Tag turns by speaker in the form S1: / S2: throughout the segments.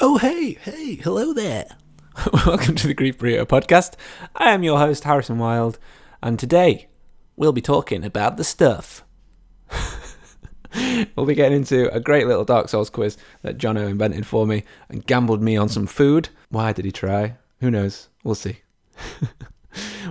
S1: Oh, hey, hey, hello there.
S2: Welcome to the Grief Burrito Podcast. I am your host, Harrison Wild, and today we'll be talking about the stuff. we'll be getting into a great little Dark Souls quiz that Jono invented for me and gambled me on some food. Why did he try? Who knows? We'll see.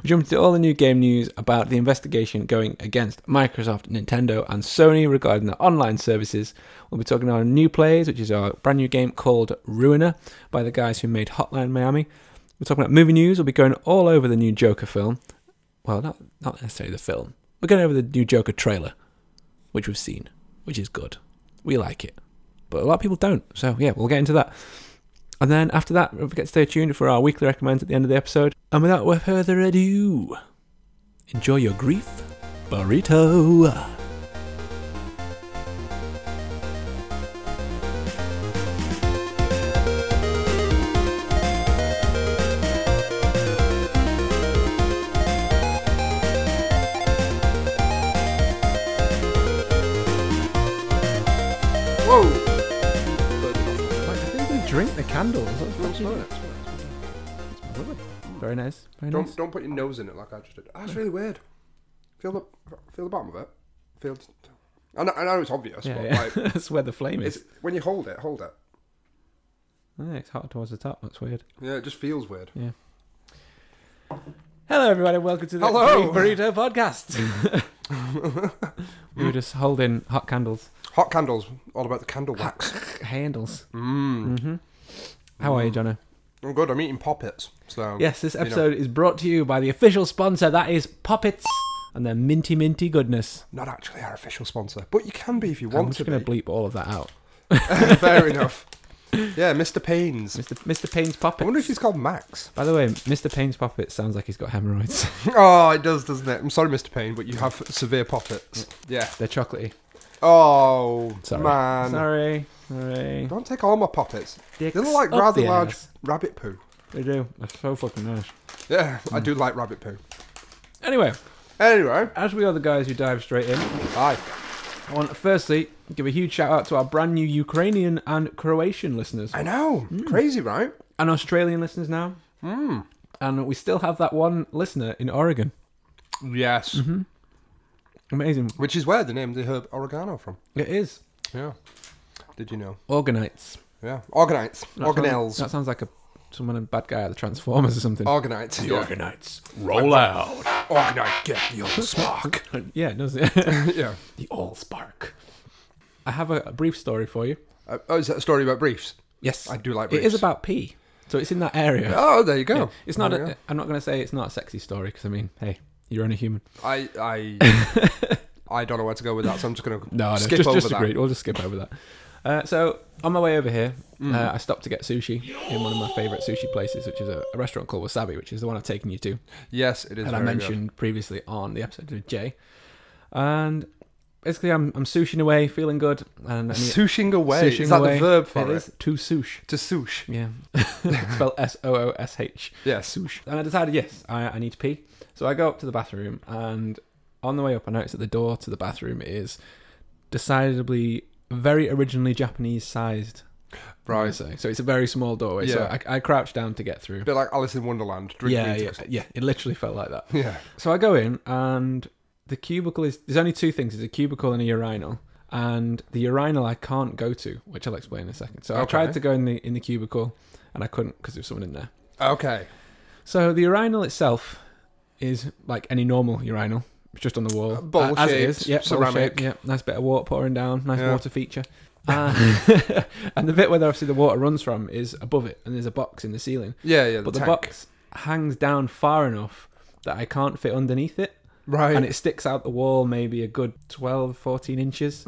S2: We jump into all the new game news about the investigation going against Microsoft, Nintendo, and Sony regarding their online services. We'll be talking on New Plays, which is our brand new game called Ruiner by the guys who made Hotline Miami. We're talking about movie news. We'll be going all over the new Joker film. Well, not not necessarily the film. We're going over the new Joker trailer, which we've seen, which is good. We like it, but a lot of people don't. So yeah, we'll get into that. And then after that, don't forget to stay tuned for our weekly recommends at the end of the episode. And without further ado, enjoy your grief burrito.
S3: Whoa!
S2: I think they drink the candles. Very nice. Very
S3: Don't
S2: nice.
S3: don't put your nose in it like I just did. That's really weird. Feel the feel the bottom of it. Feel. I know, I know it's obvious,
S2: Yeah,
S3: but
S2: yeah.
S3: like
S2: that's where the flame
S3: it's
S2: is.
S3: when you hold it, hold it.
S2: Yeah, it's hot towards the top. That's weird.
S3: Yeah, it just feels weird.
S2: Yeah. Hello, everybody. and Welcome to the
S3: Hello.
S2: Green Burrito Podcast. we were just holding hot candles.
S3: Hot candles, all about the candle wax.
S2: Handles.
S3: Mmm.
S2: Mm-hmm. How are you, Jono?
S3: I'm good. I'm eating poppets. So
S2: Yes, this
S3: Mm. Oh, you know.
S2: episode is brought to you by the official sponsor, that is Poppets and their minty minty goodness.
S3: not actually our official sponsor, but you can be if you
S2: I'm
S3: want to.
S2: just going to bleep all of that out.
S3: be. Fair enough. Yeah, Mr. Payne's.
S2: Mr. Mr. Payne's
S3: I
S2: Poppets.
S3: wonder if he's called Max.
S2: By the way, Mr. Payne's Poppets sounds like he's got hemorrhoids.
S3: Oh, it does, doesn't it? I'm sorry, Mr. Payne, but you have severe poppets.
S2: Mm.
S3: Yeah.
S2: They're chocolatey.
S3: Oh,
S2: Sorry.
S3: man.
S2: Sorry. Sorry.
S3: Don't take all my poppets.
S2: Dicks
S3: they look like
S2: up
S3: rather
S2: the
S3: large
S2: ass.
S3: rabbit poo. Hmm.
S2: They do. They're so fucking nice.
S3: Yeah, I do like rabbit poo.
S2: Anyway,
S3: Anyway,
S2: as we are the guys who dive straight in,
S3: hi.
S2: I want to firstly give a huge shout out to our brand new Ukrainian and Croatian listeners.
S3: I know.
S2: Hmm.
S3: Crazy, right?
S2: and Australian listeners now.
S3: Hmm.
S2: And we still have that one listener in Oregon.
S3: Yes.
S2: Mm-hmm. Amazing.
S3: Which is where they named the herb oregano from.
S2: It is.
S3: Yeah. Did you know?
S2: Organites.
S3: Yeah. Organites.
S2: That sounds-
S3: Organelles.
S2: That sounds like a someone a bad guy at the Transformers or something.
S3: Organites. Oh, Yeah.
S2: Organites.
S1: Roll out.
S3: Organite. Get the old spark.
S2: Yeah, it does it?
S3: yeah.
S2: the All Spark. I have a, a brief story for you.
S3: Uh, oh, is that a story about briefs?
S2: Yes.
S3: I do like
S2: It
S3: briefs.
S2: is about pee. So it's in that area.
S3: Oh, there you go. Oh,
S2: It's not.
S3: There you
S2: A, I'm not going to say it's not a sexy story because I mean, hey, you're only human.
S3: go. I. I. I don't know where to go with that, so I'm just gonna
S2: No, no
S3: skip
S2: just,
S3: over
S2: just
S3: that.
S2: agreed. We'll just skip over that. Uh, so on my way over here,
S3: Mm.
S2: uh, I stopped to get sushi in one of my favourite sushi places, which is a, a restaurant called Wasabi, which is the one I've taken you to,
S3: Yes, it is.
S2: and I
S3: very good.
S2: mentioned previously on the episode with Jay. And basically, I'm I'm sushing away, feeling good, and I need-
S3: Sushing away.
S2: sushing
S3: is that
S2: away.
S3: the verb for it?
S2: is to sush.
S3: To sush.
S2: Yeah, spelled S O O S H.
S3: Yeah, sush.
S2: And I decided, yes, I, I need to pee. So I go up to the bathroom, and on the way up, I notice that the door to the bathroom is decidedly very originally Japanese sized. I would
S3: Right.
S2: say. So it's a very small doorway. So
S3: Yeah.
S2: I, I crouch down to get through.
S3: A bit like Alice in Wonderland. Drink
S2: Yeah,
S3: me
S2: yeah,
S3: into this.
S2: yeah. It literally felt like that.
S3: yeah.
S2: So I go in, and the cubicle is there's only two things: there's a cubicle and a urinal. And the urinal I can't go to, which I'll explain in a second. So I
S3: Okay.
S2: tried to go in the in the cubicle, and I couldn't because there was someone in there.
S3: Okay.
S2: So the urinal itself is like any normal urinal. It's just on the wall.
S3: bowl
S2: Uh, as it
S3: shaped,
S2: is. Yeah, bowl
S3: ceramic.
S2: shaped, yeah, nice bit of water pouring down. Nice
S3: Yeah.
S2: water feature. Uh, and the bit where obviously the water runs from is above it, and there's a box in the ceiling.
S3: Yeah, yeah. The
S2: But the
S3: tank.
S2: box hangs down far enough that I can't fit underneath it,
S3: Right.
S2: and it sticks out the wall maybe a good 12, 14 inches.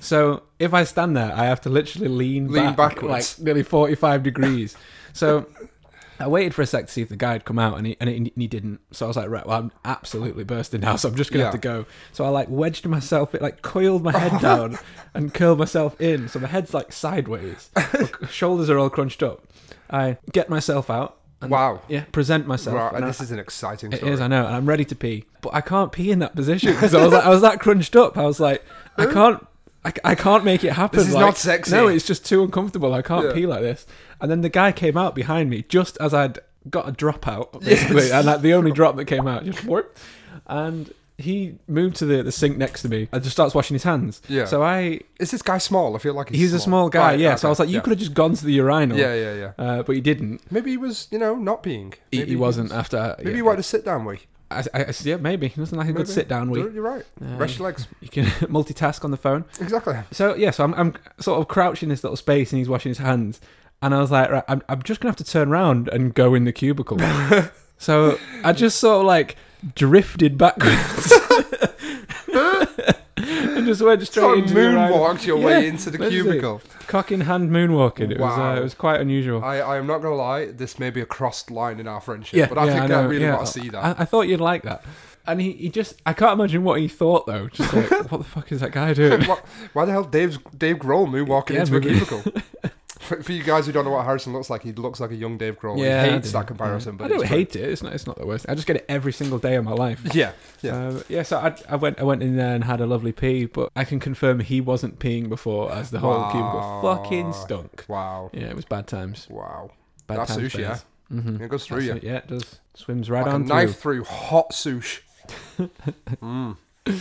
S2: so if I stand there, I have to literally lean,
S3: Lean
S2: back,
S3: backwards.
S2: like nearly 45 degrees. So I waited for a sec to see if the guy had come out, and he, and he, and he didn't. So I was like, right, well, I'm absolutely bursting now, so I'm just going to
S3: Yeah.
S2: have to go. So I like wedged myself, it like coiled my head down and curled myself in. So my head's like sideways, My shoulders are all crunched up. I get myself out. And,
S3: Wow.
S2: Yeah, present myself.
S3: Right,
S2: and I-
S3: this is an exciting
S2: it
S3: story.
S2: is, I know, and I'm ready to pee, but I can't pee in that position. So I was like, I was that crunched up. I was like, I can't, I I, I can't make it happen.
S3: This is
S2: like-
S3: not sexy.
S2: No, it's just too uncomfortable. I can't
S3: Yeah.
S2: pee like this. And then the guy came out behind me just as I'd got a drop out, basically, and like the only drop that came out just whoop. And he moved to the, the sink next to me and just starts washing his hands.
S3: Yeah.
S2: So I,
S3: Is this guy small? I feel like he's
S2: he's a small guy,
S3: Right,
S2: yeah. So
S3: okay,
S2: I was like, you
S3: yeah.
S2: could have just gone to the urinal.
S3: Yeah, yeah, yeah.
S2: Uh, but he didn't.
S3: Maybe he was, you know, not being.
S2: He,
S3: Maybe
S2: he wasn't
S3: was-
S2: after.
S3: Maybe
S2: yeah.
S3: he wanted a sit down week.
S2: I, I, I- yeah, maybe. He doesn't like a good
S3: Maybe.
S2: sit down week.
S3: You're you're right. Rest your legs.
S2: You can multitask on the phone.
S3: Exactly.
S2: So yeah, so I'm, I'm sort of crouched in this little space and he's washing his hands, and I was like, right, I'm, I'm just gonna have to turn around and go in the cubicle. so I just sort of like drifted backwards and just went straight
S3: Sort of
S2: into the urinal,
S3: moonwalked your way
S2: Yeah,
S3: into the
S2: that's it.
S3: cubicle.
S2: cock in hand, moonwalking. It
S3: Wow. Oh,
S2: was uh, it was quite unusual.
S3: I, I am not gonna lie. This may be a crossed line in our friendship,
S2: yeah,
S3: but I
S2: yeah,
S3: think I,
S2: know,
S3: really
S2: yeah.
S3: want to see that.
S2: I, I thought you'd like that. And he, he just, I can't imagine what he thought though. Just like, what the fuck is that guy doing?
S3: Wha- Why the hell Dave's Dave Grohl moonwalking
S2: Yeah,
S3: into a
S2: maybe.
S3: cubicle? For, for you guys who don't know what Harrison looks like, he looks like a young Dave Grohl.
S2: Yeah,
S3: he
S2: I
S3: hates
S2: do.
S3: that comparison. But
S2: I don't
S3: it's
S2: hate it. It's not, it's not the worst. I just get it every single day of my life.
S3: great. Yeah, yeah.
S2: Um, yeah, so I, I went I went in there and had a lovely pee, but I can confirm he wasn't peeing before, as the whole
S3: Wow.
S2: cubicle fucking stunk.
S3: wow,
S2: Yeah, it was bad times.
S3: wow.
S2: Bad
S3: That's
S2: times
S3: sushi, yeah.
S2: Mm-hmm.
S3: It goes through you
S2: yeah, it does. Swims right
S3: like a
S2: on
S3: knife
S2: through.
S3: through hot sushi. Mm.
S2: Uh,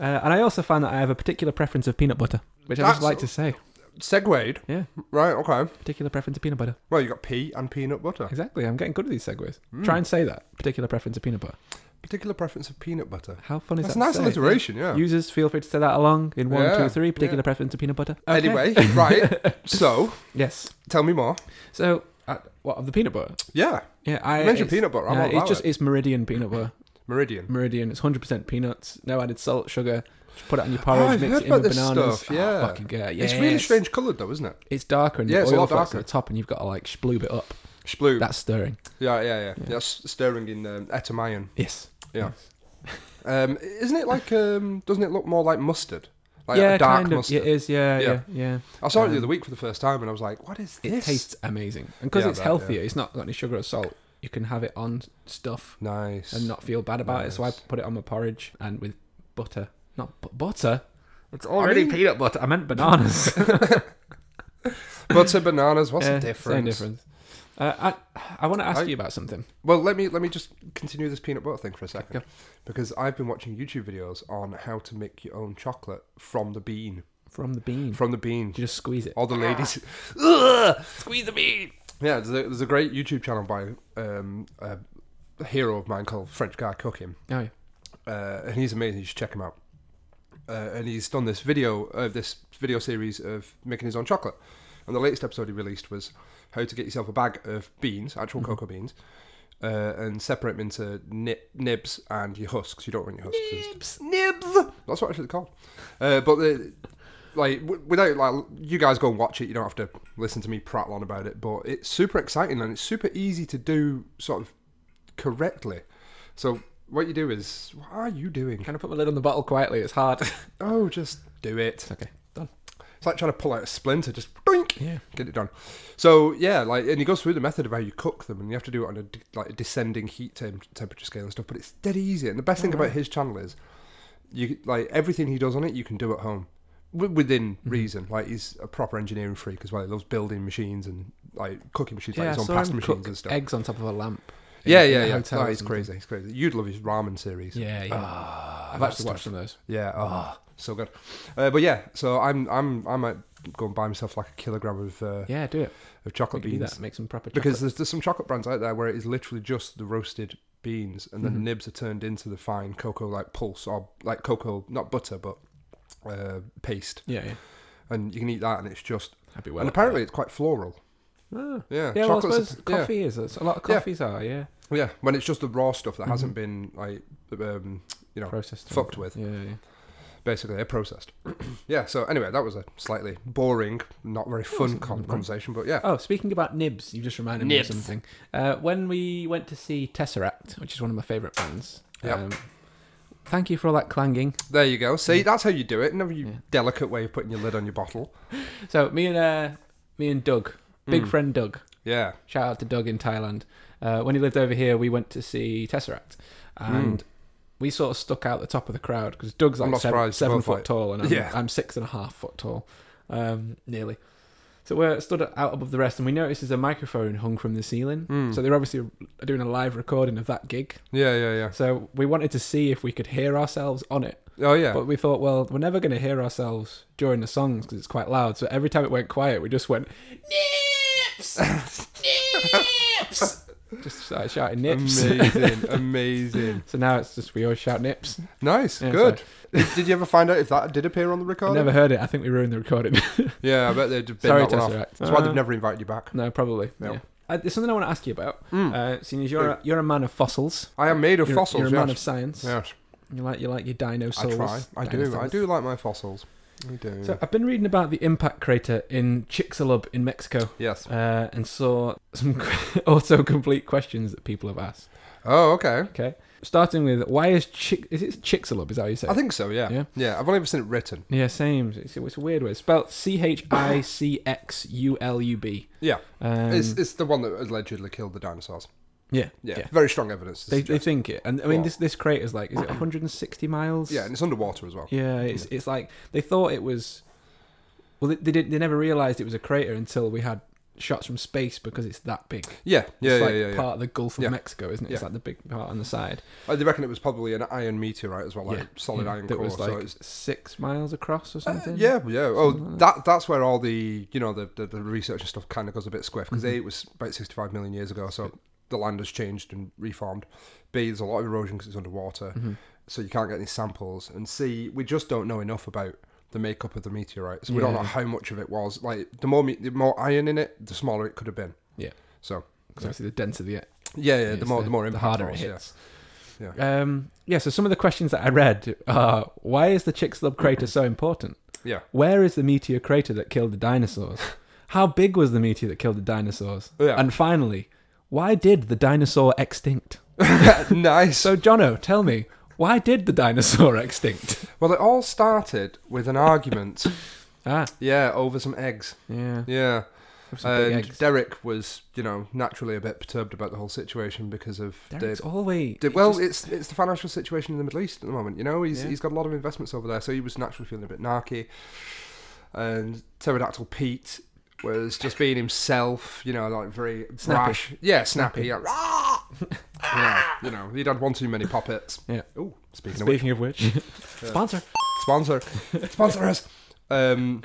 S2: and I also found that I have a particular preference of peanut butter, which I
S3: That's-
S2: just like to say.
S3: Segwayed.
S2: Yeah,
S3: Right. Okay.
S2: particular preference of peanut butter.
S3: Well, you got pea and peanut butter.
S2: Exactly. I'm getting good at these segues.
S3: Hmm.
S2: Try and say that. Particular preference of peanut butter.
S3: Particular preference of peanut butter.
S2: How fun is
S3: That's a
S2: that?
S3: nice
S2: to say?
S3: alliteration. Yeah.
S2: Users, feel free to say that along in one, two, three.
S3: Oh. Yeah,
S2: Particular
S3: yeah.
S2: preference of peanut butter. Okay.
S3: Anyway, right. So,
S2: Yes.
S3: tell me more.
S2: So, uh, what of the peanut butter?
S3: Yeah.
S2: Yeah, I
S3: You mentioned
S2: it's-
S3: peanut butter, I'm all
S2: it's
S3: about
S2: just
S3: it.
S2: it's Meridian peanut butter.
S3: Meridian.
S2: Meridian. It's hundred percent peanuts. No added salt, sugar. Just put it on your
S3: Oh,
S2: porridge,
S3: I've
S2: mix
S3: heard
S2: it in with
S3: about this
S2: bananas.
S3: stuff, yeah.
S2: Oh, fucking good.
S3: It's really
S2: yes.
S3: strange coloured though, isn't it?
S2: It's darker and
S3: Yeah,
S2: the
S3: it's a
S2: oil
S3: lot
S2: floats at
S3: darker.
S2: the top, and you've got to like sploob it up.
S3: Sploob.
S2: That's stirring.
S3: Yeah, yeah, yeah. That's stirring in um, Etamayan.
S2: Yes.
S3: Yeah. Um, isn't it like? Um, doesn't it look more like mustard? Like
S2: yeah,
S3: a dark
S2: kind of.
S3: mustard.
S2: It is. Yeah,
S3: Yeah.
S2: yeah, yeah.
S3: I saw it the
S2: Um,
S3: other week for the first time, and I was like, "What is
S2: It
S3: this?"
S2: tastes amazing, and because
S3: Yeah,
S2: it's
S3: that, yeah.
S2: healthier, it's not got any sugar or salt. You can have it on stuff
S3: nice.
S2: and not feel bad about it. So I
S3: Nice.
S2: put it on my porridge and with butter, not bu- butter.
S3: it's
S2: I mean peanut butter. I meant bananas.
S3: butter bananas. What's
S2: Yeah,
S3: the difference?
S2: Same difference. Uh, I I want to ask
S3: I-
S2: you about something.
S3: Well, let me let me just continue this peanut butter thing for a second,
S2: Okay.
S3: because I've been watching YouTube videos on how to make your own chocolate from the bean.
S2: From the bean.
S3: From the bean. Oh.
S2: you just squeeze it.
S3: All the ladies. Ugh!
S2: Squeeze the bean.
S3: Yeah, there's a, there's a great YouTube channel by um, a hero of mine called French Guy Cooking,
S2: Oh yeah.
S3: uh, and he's amazing. You should check him out. Uh, and he's done this video, uh, this video series of making his own chocolate. And the latest episode he released was how to get yourself a bag of beans, actual cocoa beans, uh, and separate them into ni- nibs and your husks. You don't want your husks. Nibs, nibs. That's what it's really called. Uh, but the, like w- without like you guys go and watch it. You don't have to listen to me prattle on about it. But it's super exciting and it's super easy to do sort of correctly. So what you do is, what are you doing?
S2: Can I put my lid on the bottle quietly? It's hard.
S3: Oh, just do it.
S2: okay. Done.
S3: It's like trying to pull out a splinter. Just doink,
S2: Yeah.
S3: get it done. So yeah, like, and he goes through the method of how you cook them, and you have to do it on a de- like a descending heat temp- temperature scale and stuff. But it's dead easy. And the best thing
S2: Oh,
S3: about his channel is, you like everything he does on it, you can do at home w- within
S2: Mm-hmm.
S3: reason. Like he's a proper engineering freak as well. He loves building machines and like cooking machines,
S2: yeah.
S3: like
S2: I
S3: his own
S2: saw
S3: pasta
S2: him
S3: machines
S2: cook
S3: and stuff.
S2: eggs on top of a lamp. in-
S3: yeah,
S2: in
S3: yeah,
S2: a
S3: yeah.
S2: hotel
S3: No,
S2: or
S3: he's
S2: something.
S3: crazy. Ah, He's crazy. You'd love his ramen series.
S2: Yeah, Ah. yeah. I've
S3: that
S2: actually watched some of those.
S3: Yeah, oh, so good. Uh, but yeah, so I'm I'm I might go and buy myself like a kilogram of uh,
S2: Yeah, do it.
S3: of
S2: We
S3: chocolate
S2: can do
S3: beans
S2: that. Make some proper.
S3: because
S2: chocolate.
S3: there's, there's some chocolate brands out there where it is literally just the roasted beans and then
S2: Mm-hmm.
S3: the nibs are turned into the fine cocoa like pulse or like cocoa not butter but uh, paste
S2: yeah, yeah.
S3: and you can eat that and it's just
S2: Happy well.
S3: and apparently it's quite floral.
S2: Ah.
S3: Yeah,
S2: Yeah, well, I
S3: chocolate's a-
S2: suppose
S3: yeah.
S2: coffee is. A lot of
S3: Yeah.
S2: coffees are. Yeah.
S3: Yeah, when it's just the raw stuff that
S2: Mm-hmm.
S3: hasn't been like um, you know
S2: Processed. and-
S3: fucked with.
S2: Yeah, yeah.
S3: basically they're processed yeah so anyway that was a slightly boring not very fun con- conversation but yeah
S2: Oh, speaking about nibs, you just reminded
S3: Nibs.
S2: me of something. Uh, when we went to see Tesseract, which is one of my favourite bands. um,
S3: Yep.
S2: thank you for all that clanging.
S3: there you go see that's how you do it never you delicate way of putting your lid on your bottle
S2: So me and uh, me and Doug, big friend Doug.
S3: yeah
S2: Shout out to Doug in Thailand. Uh, when he lived over here, we went to see Tesseract, and we sort of stuck out the top of the crowd because Doug's
S3: Hmm. I'm
S2: like
S3: not
S2: seven,
S3: surprised,
S2: seven
S3: both
S2: foot
S3: like-
S2: tall and I'm,
S3: Yeah.
S2: I'm six and a half foot tall, um, nearly. So we're stood out above the rest, and we noticed there's a microphone hung from the ceiling.
S3: Hmm.
S2: So they're obviously doing a live recording of that gig.
S3: Yeah, yeah,
S2: So we wanted to see if we could hear ourselves on it.
S3: yeah. Oh, yeah.
S2: But we thought, well, we're never going to hear ourselves during the songs because it's quite loud. So every time it went quiet, we just went nips, nips, just started shouting nips.
S3: Amazing, amazing.
S2: so now it's just we always shout nips.
S3: Nice,
S2: Yeah,
S3: good. Did, did you ever find out if that did appear on the
S2: I
S3: recording?
S2: never heard it. I think we ruined the recording.
S3: Yeah, I bet they'd have been
S2: Sorry,
S3: that one off.
S2: Tesseract.
S3: That's why
S2: Uh,
S3: they've never invited you back.
S2: no, probably.
S3: No.
S2: Yeah. Uh, there's something I want to ask you about.
S3: Mm.
S2: Uh, seeing as you're a, you're a man of fossils,
S3: I am made of
S2: you're,
S3: fossils.
S2: you're a
S3: yes.
S2: man of science.
S3: Yes,
S2: You like you like your dino
S3: I
S2: souls.
S3: try. I do. I
S2: dinosaurs.
S3: do like my fossils. I do.
S2: So I've been reading about the impact crater in Chicxulub in Mexico.
S3: yes.
S2: uh, and saw some autocomplete questions that people have asked.
S3: Oh, okay.
S2: Okay, starting with why is chick is it Chicxulub? Is that how you say? it?
S3: I think so. Yeah.
S2: Yeah.
S3: Yeah. I've only ever seen it written.
S2: Yeah, same. It's, it's a weird way. It's spelled C H I C X U L U B.
S3: Yeah.
S2: Um,
S3: it's it's the one that allegedly killed the dinosaurs.
S2: yeah,
S3: Yeah.
S2: yeah.
S3: Very strong evidence. to
S2: They, they
S3: suggest-
S2: think it, and I mean
S3: Wow.
S2: this this crater's like is it 160 miles?
S3: yeah, and it's underwater as well.
S2: yeah. It's it's like they thought it was. Well, they, they didn't. They never realized it was a crater until we had shots from space because it's that big.
S3: Yeah. Yeah.
S2: it's
S3: Yeah.
S2: like
S3: yeah, yeah.
S2: part of the Gulf of
S3: Yeah.
S2: Mexico, isn't it? It's
S3: Yeah.
S2: like the big part on the side.
S3: Uh, They reckon it was probably an iron meteorite as well, like
S2: Yeah,
S3: solid
S2: yeah,
S3: iron
S2: that
S3: core.
S2: was like
S3: so it's,
S2: six miles across or
S3: Uh,
S2: something.
S3: yeah, yeah. Oh,
S2: Something like
S3: that that's where all the you know the the, the research and stuff kind of goes a bit squiff because
S2: Mm-hmm.
S3: a it was about sixty five million years ago, so the land has changed and reformed. B there's a lot of erosion because it's underwater,
S2: Mm-hmm.
S3: so you can't get any samples. And C we just don't know enough about the makeup of the meteorites. We don't know
S2: Yeah.
S3: how much of it was. Like the more me- the more iron in it, the smaller it could have been.
S2: Yeah.
S3: So
S2: 'Cause obviously the denser the
S3: yeah, yeah. The
S2: it's
S3: more the, more
S2: the
S3: impact
S2: harder it
S3: was,
S2: hits.
S3: Yeah.
S2: Um, yeah. So some of the questions that I read are: Why is the Chicxulub crater so important?
S3: Yeah.
S2: Where is the meteor crater that killed the dinosaurs? How big was the meteor that killed the dinosaurs?
S3: Oh, Yeah.
S2: And finally, why did the dinosaur extinct?
S3: yeah. nice.
S2: So Jono, tell me, why did the dinosaur extinct?
S3: well, it all started with an argument.
S2: ah,
S3: yeah, over some eggs.
S2: yeah.
S3: Yeah.
S2: Some big
S3: And
S2: eggs.
S3: Derek was, you know, naturally a bit perturbed about the whole situation because of
S2: Derek's
S3: the,
S2: always
S3: the-
S2: he
S3: well,
S2: just-
S3: it's it's the financial situation in the Middle East at the moment. You know, he's
S2: Yeah.
S3: he's got a lot of investments over there, so he was naturally feeling a bit narky. And pterodactyl Pete was just being himself, you know, like very
S2: Snappy.
S3: brash, yeah, snappy. yeah, "Rah!" yeah, you know, he'd had one too many puppets.
S2: Yeah.
S3: Oh, speaking, of which,
S2: Speaking of which, sponsor.
S3: sponsor, sponsor us. Um,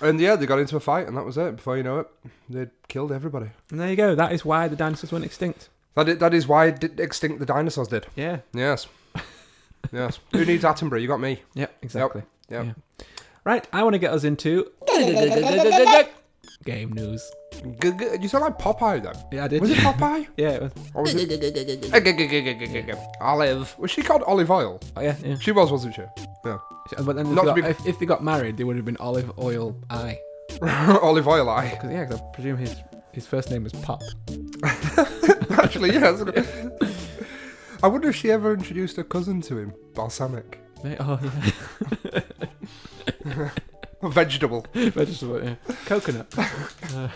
S3: and yeah, they got into a fight, and that was it. Before you know it, they'd killed everybody.
S2: And there you go. That is why the dinosaurs went extinct.
S3: That is, that is why di- extinct the dinosaurs did.
S2: Yeah.
S3: Yes. yes. Who needs Attenborough? You got me.
S2: Yeah, exactly.
S3: Yep.
S2: Right, I want to get us into game news.
S3: G- g- you sound like Popeye though.
S2: Yeah, I did.
S3: Was it Popeye?
S2: Yeah, it was.
S3: Or was it... Olive. Was she called Olive Oil?
S2: Oh, yeah, yeah.
S3: She was, wasn't she? Yeah.
S2: But then if, they
S3: Not to
S2: got,
S3: be-
S2: if, if they got married, they would have been olive oil eye.
S3: Olive Oil Eye.
S2: Because yeah, 'cause I presume his his first name was Pop.
S3: Actually, yeah. that's a good- I wonder if she ever introduced her cousin to him. Balsamic.
S2: Oh yeah,
S3: Vegetable.
S2: vegetable. Yeah. Coconut. Uh,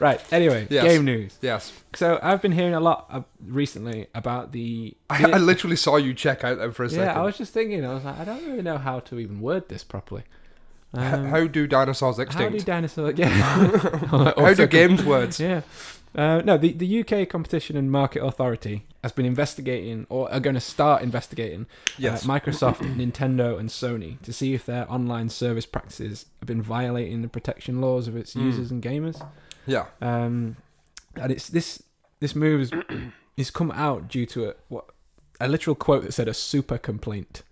S2: right. Anyway,
S3: Yes.
S2: game news.
S3: Yes.
S2: So I've been hearing a lot uh, recently about the.
S3: I, I literally saw you check out there for a second.
S2: yeah, I was just thinking. I was like, I don't really know how to even word this properly. Um,
S3: How do dinosaurs
S2: How do
S3: extinct?
S2: dinosaur? Yeah. How
S3: How do games words?
S2: Yeah. Uh, no, the, the UK Competition and Market Authority has been investigating, or are going to start investigating, uh,
S3: Yes.
S2: Microsoft, Nintendo, and Sony to see if their online service practices have been violating the protection laws of its
S3: Hmm.
S2: users and gamers.
S3: Yeah.
S2: Um, and it's this this move is, is come out due to a what a literal quote that said a super complaint.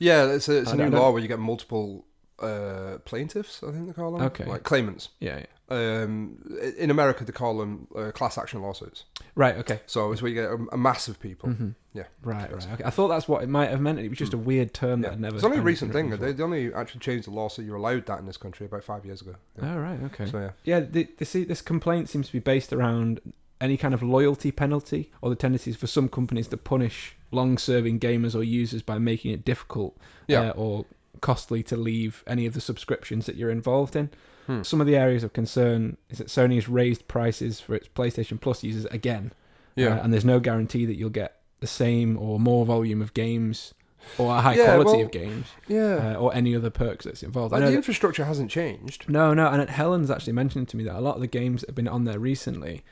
S3: Yeah, it's a, it's
S2: I
S3: a
S2: don't-
S3: new
S2: I don't-
S3: law where you get multiple uh, plaintiffs. I think they call them
S2: Okay.
S3: like claimants.
S2: Yeah. yeah.
S3: Um, i- in America, they call them uh, class action lawsuits.
S2: Right. Okay.
S3: So it's where you get a, a mass of people.
S2: Mm-hmm.
S3: Yeah, Hmm.
S2: Right, right. Okay. I thought that's what it might have meant. It was just a weird term
S3: yeah.
S2: that I never.
S3: it's only a
S2: I'd
S3: recent
S2: never
S3: thing.
S2: heard
S3: They, they only actually changed the law so you're allowed that in this country about five years ago.
S2: before.
S3: Yeah.
S2: Oh right, okay.
S3: So yeah,
S2: yeah, the, the, see, this complaint seems to be based around any kind of loyalty penalty or the tendencies for some companies to punish long-serving gamers or users by making it difficult
S3: Yeah.
S2: uh, or costly to leave any of the subscriptions that you're involved in.
S3: Hmm.
S2: Some of the areas of concern is that Sony has raised prices for its PlayStation Plus users again,
S3: yeah,
S2: uh, and there's no guarantee that you'll get the same or more volume of games or a high
S3: Yeah,
S2: quality
S3: well,
S2: of games
S3: Yeah.
S2: uh, or any other perks that's involved. I
S3: like
S2: know
S3: the
S2: that-
S3: infrastructure hasn't changed.
S2: no, no, and Helen's actually mentioned to me that a lot of the games that have been on there recently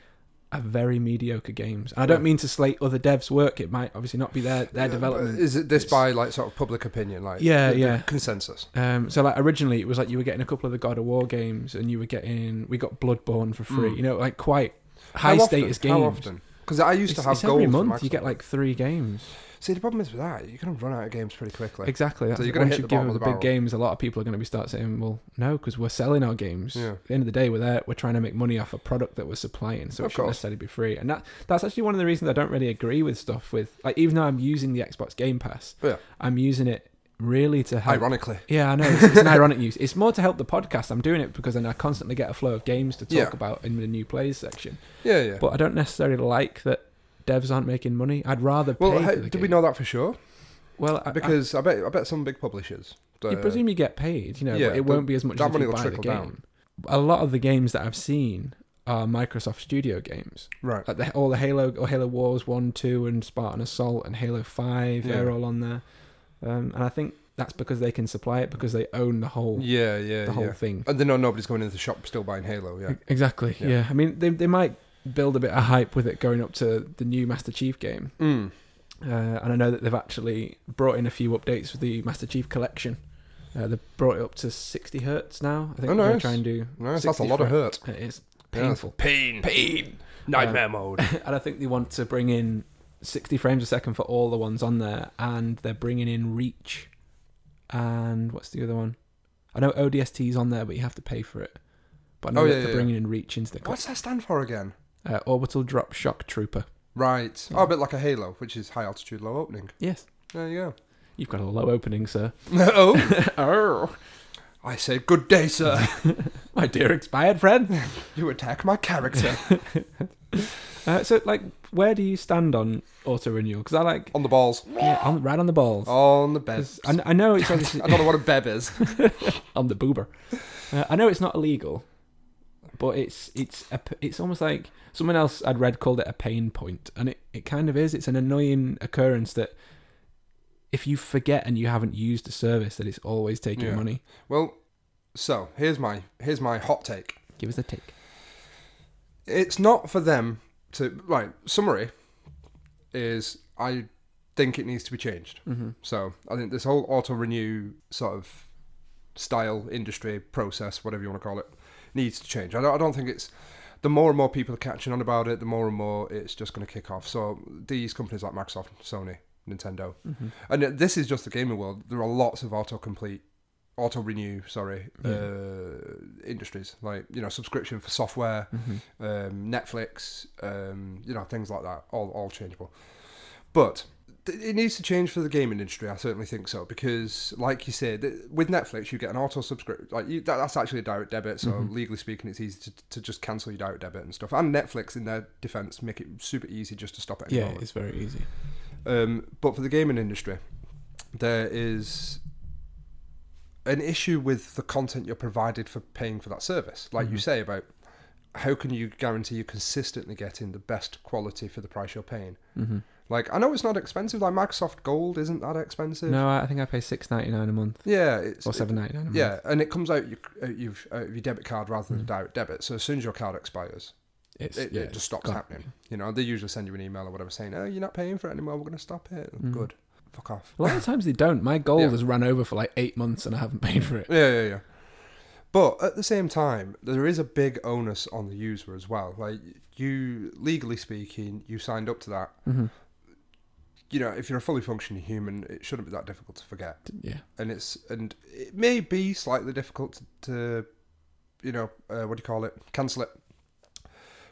S2: are very mediocre games. And I don't
S3: Yeah.
S2: mean to slate other devs' work; it might obviously not be their their
S3: Uh,
S2: development.
S3: Is it this
S2: It's-
S3: by like sort of public opinion, like
S2: Yeah,
S3: the- the
S2: yeah.
S3: consensus?
S2: Um, so like originally it was like you were getting a couple of the God of War games, and you were getting we got Bloodborne for free.
S3: Mm.
S2: You know, like quite high
S3: How
S2: status
S3: often?
S2: games.
S3: How often? Because I used
S2: It's,
S3: to have
S2: it's
S3: gold
S2: every
S3: for
S2: month. You
S3: Microsoft.
S2: get like three games.
S3: See, the problem is with that, you're going to run out of games pretty quickly.
S2: Exactly. That's
S3: you're
S2: it.
S3: gonna
S2: Once
S3: hit
S2: you
S3: the
S2: give
S3: bottom
S2: them the
S3: of the
S2: big
S3: barrel.
S2: games, a lot of people are going to be start saying, "Well, no, because we're selling our games.
S3: Yeah.
S2: At the end of the day, we're there. We're trying to make money off a product that we're supplying, so it
S3: Of
S2: shouldn't
S3: course.
S2: necessarily be free." And that that's actually one of the reasons I don't really agree with stuff. With like, even though I'm using the Xbox Game Pass,
S3: Yeah.
S2: I'm using it really to help.
S3: Ironically,
S2: Yeah, I know. It's, it's an ironic use. It's more to help the podcast. I'm doing it because then I constantly get a flow of games to talk
S3: Yeah.
S2: about in the new plays section.
S3: yeah, yeah.
S2: But I don't necessarily like that devs aren't making money. I'd rather.
S3: well,
S2: pay
S3: how,
S2: for the
S3: do we
S2: game.
S3: know that for sure?
S2: Well, I- I,
S3: Because I, bet I bet some big publishers. uh,
S2: you presume you get paid, you know,
S3: yeah,
S2: but it
S3: the-
S2: won't be as much
S3: that
S2: as if
S3: money
S2: you
S3: will
S2: buy the game.
S3: trickle down.
S2: A lot of the games that I've seen are Microsoft Studio games.
S3: right.
S2: Like the, all the Halo or Halo Wars 1, 2 and Spartan Assault and Halo 5, they're
S3: Yeah.
S2: all on there. Um, and I think that's because they can supply it because they own the whole
S3: Yeah, yeah,
S2: the whole
S3: yeah.
S2: thing.
S3: And they know nobody's going into the shop still buying Halo. Yeah,
S2: Exactly. Yeah.
S3: Yeah.
S2: I mean they they might build a bit of hype with it going up to the new Master Chief game.
S3: mm.
S2: Uh, and I know that they've actually brought in a few updates for the Master Chief collection. Uh, they've brought it up to 60 hertz now. I think
S3: Oh,
S2: they're
S3: nice.
S2: trying to do
S3: nice. That's a
S2: 60
S3: lot of
S2: fra-
S3: hurt.
S2: It is
S3: Yeah, that's
S2: painful.
S3: pain, pain, nightmare mode.
S2: and I think they want to bring in 60 frames a second for all the ones on there, and they're bringing in Reach. And what's the other one? I know ODST's on there, but you have to pay for it. But I know
S3: Oh,
S2: that
S3: yeah,
S2: they're
S3: yeah,
S2: bringing in Reach into the co-
S3: What's that stand for again?
S2: uh, Orbital Drop Shock Trooper.
S3: Right. Oh, a bit like a Halo, which is high altitude, low opening.
S2: Yes.
S3: There you
S2: You've got a low opening, sir.
S3: go. oh,
S2: oh,
S3: I say good day, sir.
S2: my dear expired friend.
S3: You attack my character
S2: Uh, so, like, where do you stand on auto renewal? Because I like
S3: on the balls,
S2: yeah, on, right on the balls.
S3: on the bed.
S2: 'Cause I, I know it's obviously
S3: I don't know what a beb is.
S2: on the boober. Uh, I know it's not illegal, but it's it's a, p- it's almost like someone else I'd read called it a pain point, and it, it kind of is. It's an annoying occurrence that if you forget and you haven't used the service, that it's always taking
S3: Yeah.
S2: money.
S3: Well, so here's my here's my hot take.
S2: Give us a take.
S3: It's not for them to right. Summary is I think it needs to be changed.
S2: Mm-hmm.
S3: So I think this whole auto renew sort of style, industry, process, whatever you want to call it, needs to change. I don't, I don't think it's the more and more people are catching on about it, the more and more it's just going to kick off. So these companies like Microsoft, Sony, Nintendo,
S2: Mhm.
S3: and this is just the gaming world. There are lots of autocomplete, auto renew, sorry, uh, industries like you know subscription for software,
S2: Mm-hmm.
S3: um, Netflix, um, you know, things like that, all, all changeable. But th- it needs to change for the gaming industry. I certainly think so because, like you said, th- with Netflix, you get an auto subscription. Like you, that, that's actually a direct debit. So
S2: Mhm.
S3: legally speaking, it's easy to, to just cancel your direct debit and stuff. And Netflix, in their defense, make it super easy just to stop it. at any
S2: Yeah,
S3: moment.
S2: it's very easy.
S3: Um, but for the gaming industry, there is an issue with the content you're provided for paying for that service. Like you
S2: Mhm.
S3: say about how can you guarantee you're consistently getting the best quality for the price you're paying?
S2: Mm-hmm.
S3: Like I know it's not expensive. Like Microsoft Gold isn't that expensive.
S2: No, I I think I pay six ninety nine a month
S3: Yeah, it's
S2: or seven ninety nine. a month.
S3: yeah, and it comes out your out your, out of your debit card rather than
S2: Mhm.
S3: direct debit. So as soon as your card expires,
S2: it's,
S3: it,
S2: yeah,
S3: it just stops
S2: gone.
S3: happening. You know, they usually send you an email or whatever saying, "Oh, you're not paying for it anymore. We're going to stop it."
S2: Mhm.
S3: Good, fuck off.
S2: A lot of times they don't. My gold
S3: Yeah.
S2: has run over for like eight months and I haven't paid for it.
S3: Yeah, yeah, yeah. But at the same time, there is a big onus on the user as well. Like you, legally speaking, you signed up to that.
S2: Mm-hmm.
S3: You know, if you're a fully functioning human, it shouldn't be that difficult to forget.
S2: Yeah.
S3: And it's and it may be slightly difficult to, to you know, uh, what do you call it? Cancel it.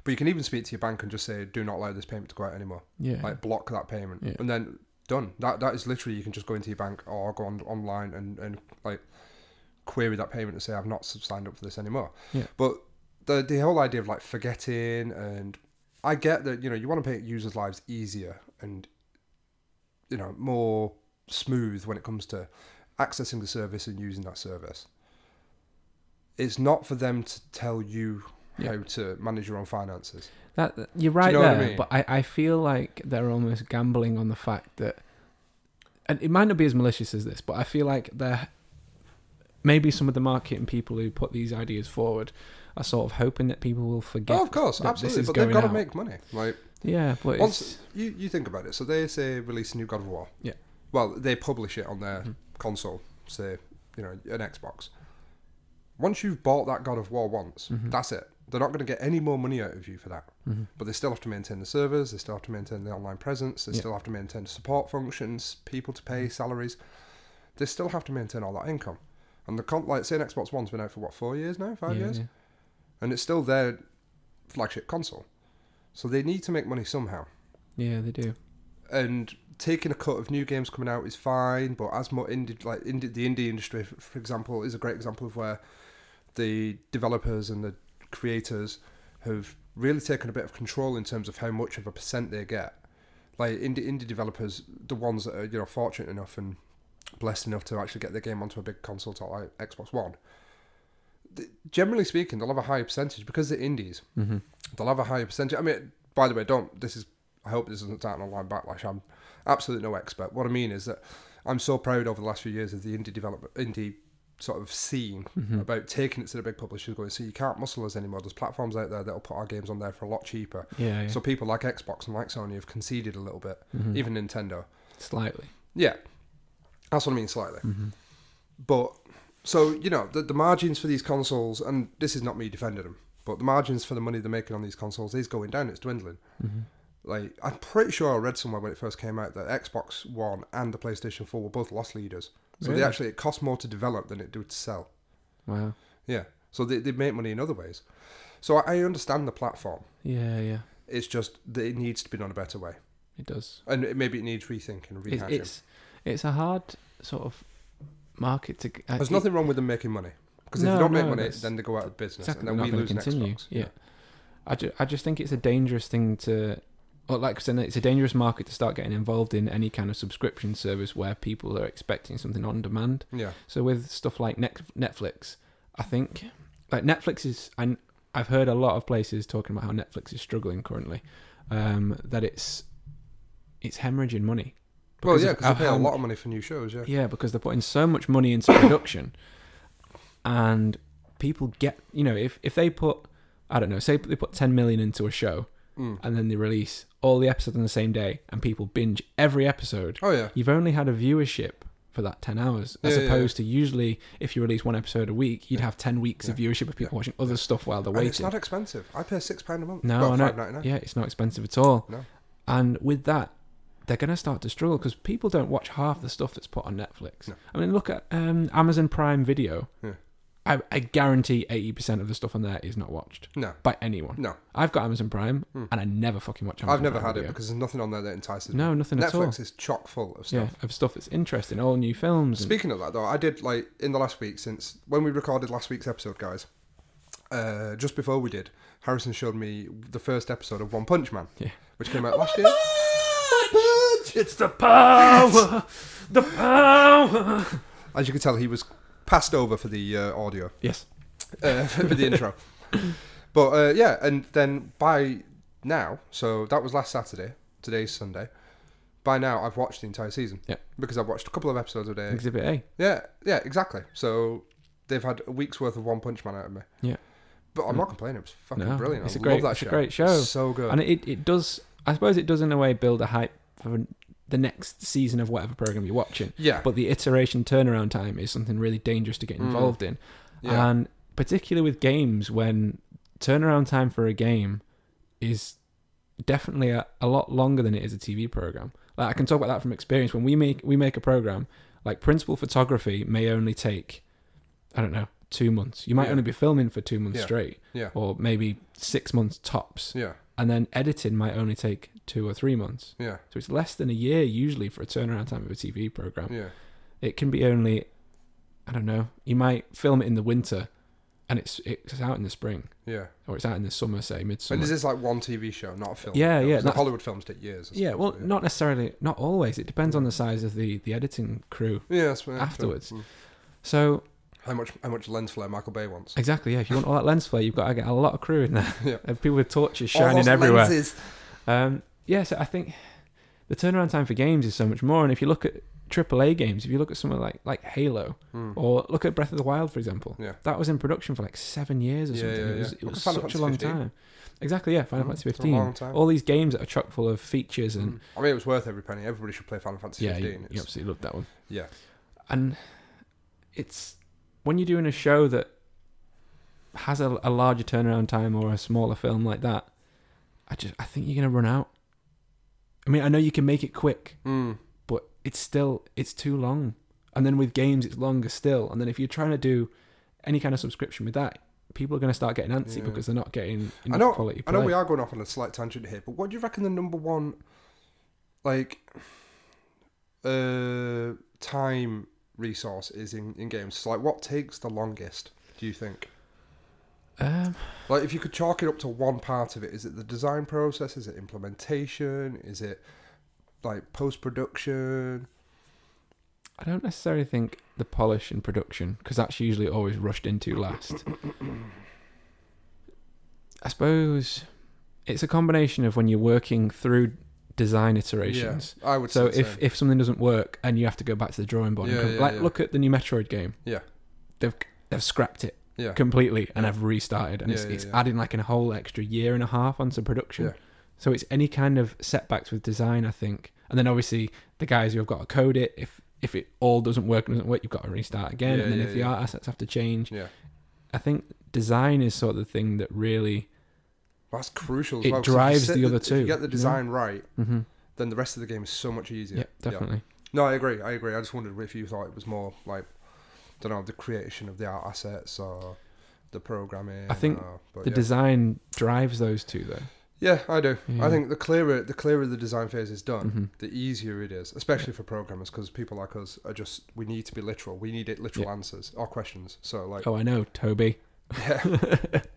S3: But you can even speak to your bank and just say, "Do not allow this payment to go out anymore."
S2: Yeah.
S3: Like block that payment,
S2: Yeah.
S3: and then done. That that is literally you can just go into your bank or go on online and and like query that payment and say I've not signed up for this anymore.
S2: Yeah.
S3: But the the whole idea of like forgetting and I get that you know you want to make users' lives easier and you know more smooth when it comes to accessing the service and using that service. It's not for them to tell you
S2: Yeah.
S3: how to manage your own finances.
S2: That you're right
S3: know what I
S2: there,
S3: mean?
S2: but I, I feel like they're almost gambling on the fact that, and it might not be as malicious as this, but I feel like they're maybe some of the marketing people who put these ideas forward are sort of hoping that people will forget.
S3: oh, of course,
S2: that this
S3: absolutely.
S2: is
S3: But they've
S2: going
S3: got to
S2: out.
S3: make money. Like
S2: Yeah, but
S3: once
S2: it's,
S3: you, you think about it, so they say release a new God of War.
S2: Yeah. Mm-hmm.
S3: Well, they publish it on their console, say you know an Xbox. Once you've bought that God of War once,
S2: Mm-hmm.
S3: that's it. They're not going to get any more money out of you for that. But they still have to maintain the servers. They still have to maintain the online presence. They
S2: Yeah. Mm-hmm.
S3: still have to maintain support functions, people to pay, salaries. They still have to maintain all that income. And the con- like, say, an Xbox One's been out for what four years now, five
S2: yeah,
S3: years
S2: yeah.
S3: and it's still their flagship console. So they need to make money somehow.
S2: Yeah, they do.
S3: And taking a cut of new games coming out is fine, but as more indie, like indie, the indie industry, f- for example, is a great example of where the developers and the creators have really taken a bit of control in terms of how much of a percent they get. Like indie indie developers, the ones that are you know fortunate enough and blessed enough to actually get their game onto a big console like Xbox One. th- Generally speaking, they'll have a higher percentage because they're indies.
S2: Mhm.
S3: They'll have a higher percentage. I mean, by the way, don't. This is. I hope this doesn't start an online backlash. I'm absolutely no expert. What I mean is that I'm so proud over the last few years of the indie development, indie sort of scene
S2: Hmm. Mm-hmm.
S3: about taking it to the big publishers, going, so you can't muscle us anymore. There's platforms out there that'll put our games on there for a lot cheaper.
S2: Yeah, yeah.
S3: So people like Xbox and like Sony have conceded a little bit,
S2: Mhm.
S3: even Nintendo.
S2: slightly. Mm-hmm.
S3: Yeah, that's what I mean slightly. But so you know, the, the margins for these consoles, and this is not me defending them, but the margins for the money they're making on these consoles is going down. It's dwindling.
S2: Mm-hmm.
S3: Like I'm pretty sure I read somewhere when it first came out that Xbox One and the PlayStation Four were both loss leaders. So
S2: Really?
S3: they actually it cost more to develop than it did to sell.
S2: Wow.
S3: Yeah. So they they make money in other ways. So I, I understand the platform.
S2: Yeah, yeah.
S3: It's just that it needs to be done a better way,
S2: It does.
S3: and it, maybe it needs rethinking, and
S2: It's
S3: rehashing.
S2: it's, it's a hard sort of market to. uh, I-
S3: There's nothing wrong with them making money because if
S2: No,
S3: they don't make
S2: no,
S3: money,
S2: that's-
S3: then they go out of business,
S2: exactly
S3: and
S2: not
S3: then we
S2: going
S3: lose
S2: to
S3: an
S2: continue.
S3: Xbox.
S2: Yeah, I, ju- I just think it's a dangerous thing to, or like I said, it's a dangerous market to start getting involved in any kind of subscription service where people are expecting something on demand.
S3: yeah,
S2: So with stuff like Net- Netflix, I think like Netflix is, I, I've heard a lot of places talking about how Netflix is struggling currently, um, that it's it's hemorrhaging money.
S3: Well,
S2: Because
S3: yeah,
S2: of
S3: because
S2: how-
S3: they pay a
S2: how
S3: lot of money for new shows. Yeah,
S2: yeah, because they're putting so much money into production, and people get you know if if they put I don't know say they put ten million into a show
S3: Mm.
S2: and then they release all the episodes on the same day and people binge every episode,
S3: Oh yeah,
S2: you've only had a viewership for that ten hours as
S3: Yeah, yeah,
S2: opposed to usually if you release one episode a week you'd have ten weeks of viewership of people watching other stuff while they're
S3: and it's
S2: waiting.
S3: not expensive. I pay six pound a month.
S2: No,
S3: well,
S2: I know.
S3: five ninety nine.
S2: Yeah, it's not expensive at all.
S3: No.
S2: And with that, they're going to start to struggle because people don't watch half the stuff that's put on Netflix.
S3: No.
S2: I mean, look at um, Amazon Prime Video.
S3: Yeah.
S2: I, I guarantee 80% of the stuff on there is not watched
S3: No,
S2: by anyone.
S3: no, Hmm.
S2: I've got Amazon Prime and I never fucking watch Amazon
S3: I've never
S2: Prime
S3: had it
S2: Video.
S3: because there's nothing on there that entices me.
S2: No, nothing at all.
S3: Netflix is chock full of stuff.
S2: Yeah, of stuff that's interesting, all new films. and-
S3: Speaking of that, though, I did like in the last week since when we recorded last week's episode, guys. Uh, just before we did, Harrison showed me the first episode of One Punch Man,
S2: Yeah.
S3: which came
S2: Oh
S3: out last year.
S1: It's the power! The power!
S3: As you can tell, he was passed over for the uh, audio.
S2: yes.
S3: uh, for the intro. But uh, yeah, and then by now, so that was last Saturday. Today's Sunday. By now, I've watched the entire season.
S2: Yeah.
S3: Because I've watched a couple of episodes a day.
S2: Exhibit A.
S3: Yeah, yeah, exactly. So they've had a week's worth of One Punch Man out of me.
S2: Yeah. Mm.
S3: But I'm not complaining. It's fucking
S2: No,
S3: brilliant.
S2: it's
S3: I
S2: a great-
S3: love that
S2: it's a
S3: show.
S2: great show.
S3: So good.
S2: And it, it does, I suppose it does in a way build a hype for the next season of whatever program you're watching.
S3: yeah.
S2: but the iteration turnaround time is something really dangerous to get
S3: Mm.
S2: involved in
S3: yeah.
S2: and particularly with games when turnaround time for a game is definitely a, a lot longer than it is a tv program like i can talk about that from experience when we make we make a program like principal photography may only take i don't know two months you might
S3: Yeah.
S2: only be filming for two months
S3: Yeah.
S2: straight
S3: Yeah.
S2: or maybe six months tops
S3: Yeah.
S2: and then editing might only take two or three months
S3: Yeah.
S2: so it's less than a year usually for a turnaround time of a tv program
S3: Yeah.
S2: it can be only i don't know you might film it in the winter and it's it's out in the spring
S3: Yeah.
S2: or it's out in the summer say midsummer
S3: And is this like one TV show, not a film?
S2: Yeah,
S3: You know,
S2: yeah,
S3: 'cause the
S2: that's-
S3: Hollywood films take years. and
S2: yeah
S3: stuff,
S2: well
S3: so,
S2: not necessarily not always it depends on the size of the the editing crew
S3: Yeah, that's fair, fair.
S2: afterwards.
S3: Mm.
S2: so
S3: How much how much lens flare Michael Bay wants?
S2: Exactly, yeah. If you want all that lens flare, you've got to get a lot of crew in there.
S3: Yeah.
S2: And people with torches
S3: All
S2: shining
S3: those
S2: everywhere.
S3: lenses.
S2: Um, yeah, so I think the turnaround time for games is so much more. And if you look at AAA games, if you look at something like like Halo
S3: Hmm.
S2: or look at Breath of the Wild, for example,
S3: Yeah.
S2: that was in production for like seven years or
S3: Yeah,
S2: something.
S3: yeah,
S2: It was,
S3: yeah.
S2: it was
S3: Look at Final
S2: such a long
S3: Fantasy 15.
S2: time. Exactly, yeah. Final
S3: Mhm,
S2: Fantasy
S3: it's a
S2: 15.
S3: long time.
S2: All these games that are chock full of features and
S3: Mm. I mean, it was worth every penny. Everybody should play Final Fantasy
S2: yeah,
S3: 15.
S2: you, you
S3: It's-
S2: absolutely loved that one.
S3: Yeah.
S2: and it's when you're doing a show that has a, a larger turnaround time or a smaller film like that. I just I think you're gonna run out. I mean, I know you can make it quick,
S3: Mm.
S2: but it's still it's too long. And then with games, it's longer still. And then if you're trying to do any kind of subscription with that, people are going to start getting antsy
S3: Yeah.
S2: because they're not getting enough
S3: I know.
S2: quality
S3: I
S2: play.
S3: know we are going off on a slight tangent here, but what do you reckon the number one, like, uh, time resource is in in games? Like, what takes the longest? Do you think?
S2: Um,
S3: Like, if you could chalk it up to one part of it, is it the design process? Is it implementation? Is it like post production?
S2: I don't necessarily think the polish and production because that's usually always rushed into last. I suppose it's a combination of when you're working through design
S3: Yeah,
S2: iterations.
S3: I would.
S2: So
S3: say
S2: if, if something doesn't work and you have to go back to the drawing board, and
S3: Yeah,
S2: come-
S3: yeah,
S2: like
S3: yeah.
S2: look at the new Metroid game.
S3: Yeah.
S2: they've they've scrapped it
S3: yeah,
S2: completely and
S3: Yeah.
S2: have restarted, and
S3: Yeah,
S2: it's,
S3: yeah,
S2: it's
S3: yeah.
S2: adding like a whole extra year and a half onto production.
S3: Yeah.
S2: So it's any kind of setbacks with design, I think, and then obviously the guys who have got to code it. If if it all doesn't work and doesn't work, you've got to restart again,
S3: Yeah,
S2: and then
S3: yeah,
S2: if the
S3: yeah.
S2: art assets have to change,
S3: yeah,
S2: I think design is sort of the thing that really.
S3: that's crucial. As
S2: It
S3: well, 'cause if you
S2: drives
S3: sit
S2: the other
S3: if you
S2: two,
S3: get the
S2: you know?
S3: design right,
S2: Mm-hmm.
S3: then the rest of the game is so much easier.
S2: Yeah, definitely.
S3: No, I agree. I agree. I just wondered if you thought it was more like, don't know, the creation of the art assets or the programming.
S2: I think
S3: or- but
S2: The
S3: Oh, yeah.
S2: design drives those two, though.
S3: Yeah, I do.
S2: Yeah.
S3: I think the clearer the clearer the design phase is done,
S2: Mhm.
S3: the easier it is, especially for programmers, because people like us are just we need to be literal. We need it literal answers or questions. So like,
S2: Oh, I know, Toby.
S3: yeah,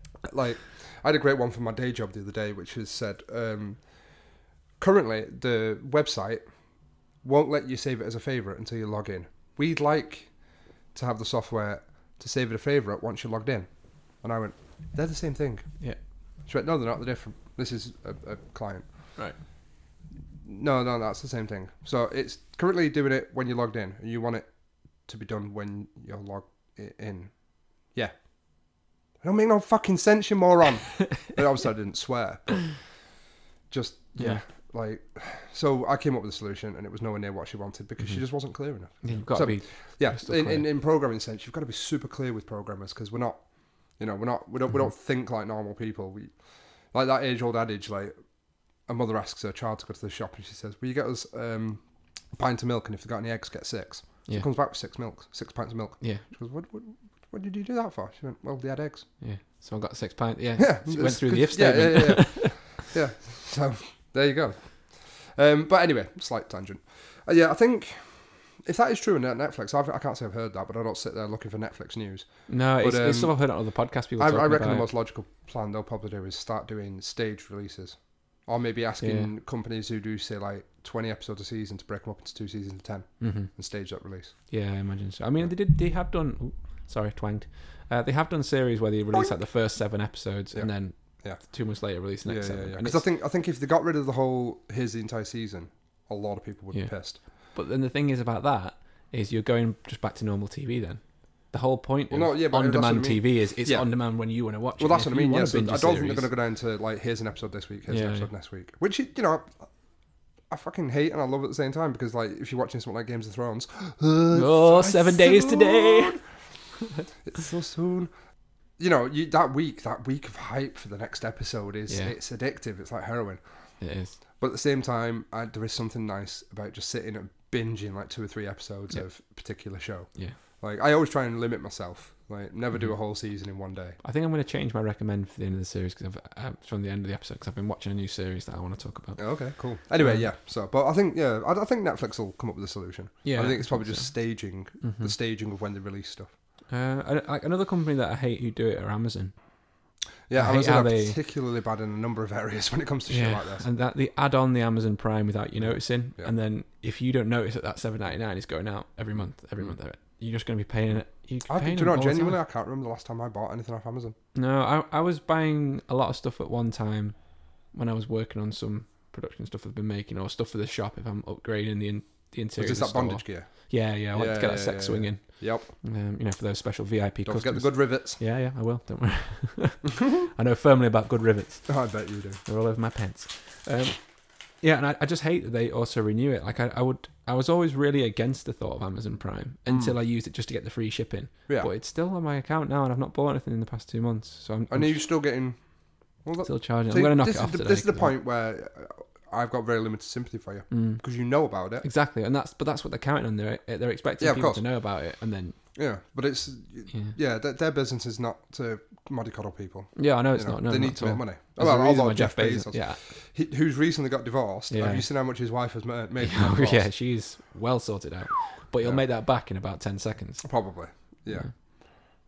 S3: like I had a great one for my day job the other day, which is said um, currently the website won't let you save it as a favorite until you log in. We'd like to have the software to save it a favorite once you're logged in. And I went, they're the same thing.
S2: Yeah.
S3: She went, no, they're not. They're different. This is a, a client.
S2: Right.
S3: No, no, that's the same thing. So it's currently doing it when you're logged in, and you want it to be done when you're logged i- in. Yeah. I don't make no fucking sense, you moron. but obviously, I didn't swear. But just yeah, like so. I came up with a solution, and it was nowhere near what she wanted because
S2: Mm-hmm.
S3: she just wasn't clear enough.
S2: Yeah, you've got
S3: So-
S2: to be.
S3: Yeah,
S2: Crystal
S3: in,
S2: clear.
S3: in, in programming sense, you've got to be super clear with programmers because we're not, you know, we're not we don't
S2: Mm-hmm.
S3: we don't think like normal people. We like that age old adage like a mother asks her child to go to the shop and she says, "Will you get us um, a pint of milk and if they've got any eggs, get six. So
S2: Yeah.
S3: She comes back with six milks, six pints of milk.
S2: Yeah,
S3: She goes, "What what, what did you do that for?" She went, "Well, they had eggs."
S2: yeah. Someone got six pints. Yeah.
S3: Yeah,
S2: She went
S3: it's-
S2: through the if
S3: yeah,
S2: statement.
S3: Yeah, yeah, yeah. Yeah, So there you go. Um, but anyway, slight tangent. Uh, yeah, I think if that is true in Netflix, I've, I can't say I've heard that, but I don't sit there looking for Netflix news.
S2: No,
S3: But,
S2: it's, it's
S3: um,
S2: stuff I've heard on other podcasts. People
S3: I,
S2: talking
S3: I reckon
S2: about
S3: the
S2: it.
S3: most logical plan they'll probably do is start doing stage releases, or maybe asking companies who do say like twenty episodes a season to break them up into two seasons of ten
S2: Mhm.
S3: and stage that release.
S2: Yeah, I imagine so. I mean, they did. They have done. ooh, sorry, twanged. Uh, they have done series where they release like the first seven episodes, and
S3: Oh, Yeah.
S2: then
S3: Yeah.
S2: two months later release the
S3: Yeah,
S2: next
S3: yeah,
S2: seven.
S3: yeah.
S2: And
S3: Because I
S2: it's-
S3: think I think if they got rid of the whole here's the entire season, a lot of people would
S2: Yeah.
S3: be pissed.
S2: but then the thing is about that is you're going just back to normal TV then. The whole point
S3: Well, no,
S2: of
S3: yeah, but that's what I
S2: on-demand
S3: mean.
S2: TV is it's
S3: Yeah.
S2: on-demand when you want to watch.
S3: Well,
S2: it.
S3: that's
S2: And
S3: what I
S2: if you
S3: mean.
S2: wanna
S3: Yeah, so I
S2: binge a
S3: don't think
S2: series-
S3: they're going to go down to like here's an episode this week, here's
S2: Yeah,
S3: an episode
S2: yeah.
S3: next week, which you you know. I fucking hate and I love at the same time because like if you're watching something like Games of Thrones, uh,
S2: Oh, seven days today.
S3: it's so soon. You know, you that week, that week of hype for the next episode is
S2: Yeah.
S3: it's addictive. It's like heroin.
S2: It is.
S3: But at the same time, I, there is something nice about just sitting and binging like two or three episodes
S2: Yeah.
S3: of a particular show.
S2: Yeah. Mm-hmm.
S3: Like I always try and limit myself. Like never do a whole season in one day.
S2: I think I'm going to change my recommend for the end of the series because I've uh, from the end of the episode because I've been watching a new series that I want to talk about.
S3: Okay, cool. Anyway,
S2: Um,
S3: yeah. So, but I think yeah, I, I think Netflix will come up with a solution.
S2: Yeah,
S3: I think it's probably
S2: so.
S3: just staging
S2: Mhm.
S3: the staging of when they release stuff.
S2: Uh, I don't- like another company that I hate who do it are Amazon. I
S3: Yeah,
S2: hate
S3: Amazon
S2: how
S3: are
S2: they-
S3: particularly bad in a number of areas when it comes to shit like this.
S2: and that they add on the Amazon Prime without you noticing,
S3: Yeah.
S2: and then if you don't notice that that seven ninety nine is going out every month, every
S3: Mm.
S2: month, every, you're just going to be paying it. You're
S3: I
S2: paying
S3: do
S2: them
S3: you know
S2: all the
S3: genuinely
S2: time.
S3: I can't remember the last time I bought anything off Amazon.
S2: No, I I was buying a lot of stuff at one time when I was working on some production stuff I've been making or stuff for the shop if I'm upgrading the in, the
S3: Is
S2: interior.
S3: this
S2: of
S3: that
S2: the
S3: bondage
S2: store.
S3: gear?
S2: Yeah, yeah. I want
S3: Yeah,
S2: to get
S3: yeah,
S2: that sex
S3: yeah,
S2: swing in.
S3: Yep.
S2: Um, you know, for those special VIP
S3: Don't
S2: customers.
S3: forget the good rivets.
S2: Yeah, yeah, I will. Don't worry. I know firmly about good rivets.
S3: I bet you do.
S2: They're all over my pants. Um, yeah, and I, I just hate that they also renew it. Like I, I would, I was always really against the thought of Amazon Prime until I used it just to get the free shipping.
S3: Hmm. Yeah.
S2: But it's still on my account now, and I've not bought anything in the past two months, so I'm,
S3: And
S2: I'm
S3: are you still getting? Well, that-
S2: still charging. it.
S3: see,
S2: I'm going to knock
S3: this
S2: it
S3: is
S2: off
S3: the,
S2: today.
S3: This is the
S2: 'cause I-
S3: point where uh, I've got very limited sympathy for you
S2: Mm.
S3: because you know about it.
S2: Exactly, and that's but that's what they're counting on. They're they're expecting
S3: Yeah, of
S2: people
S3: course.
S2: to know about it, and then
S3: Yeah, but it's
S2: yeah,
S3: yeah, their, their business is not to coddle people.
S2: yeah I know it's
S3: you know.
S2: not. No,
S3: they
S2: not
S3: need to
S2: at
S3: make
S2: all.
S3: money.
S2: There's a
S3: Well,
S2: reason
S3: although
S2: why Jeff Bezos, yeah,
S3: he, who's recently got divorced.
S2: Yeah.
S3: Have you seen how much his wife has ma- made? from
S2: Oh,
S3: that
S2: yeah,
S3: divorce?
S2: she's well sorted out. But you'll
S3: Yeah.
S2: make that back in about 10 seconds.
S3: probably. Yeah,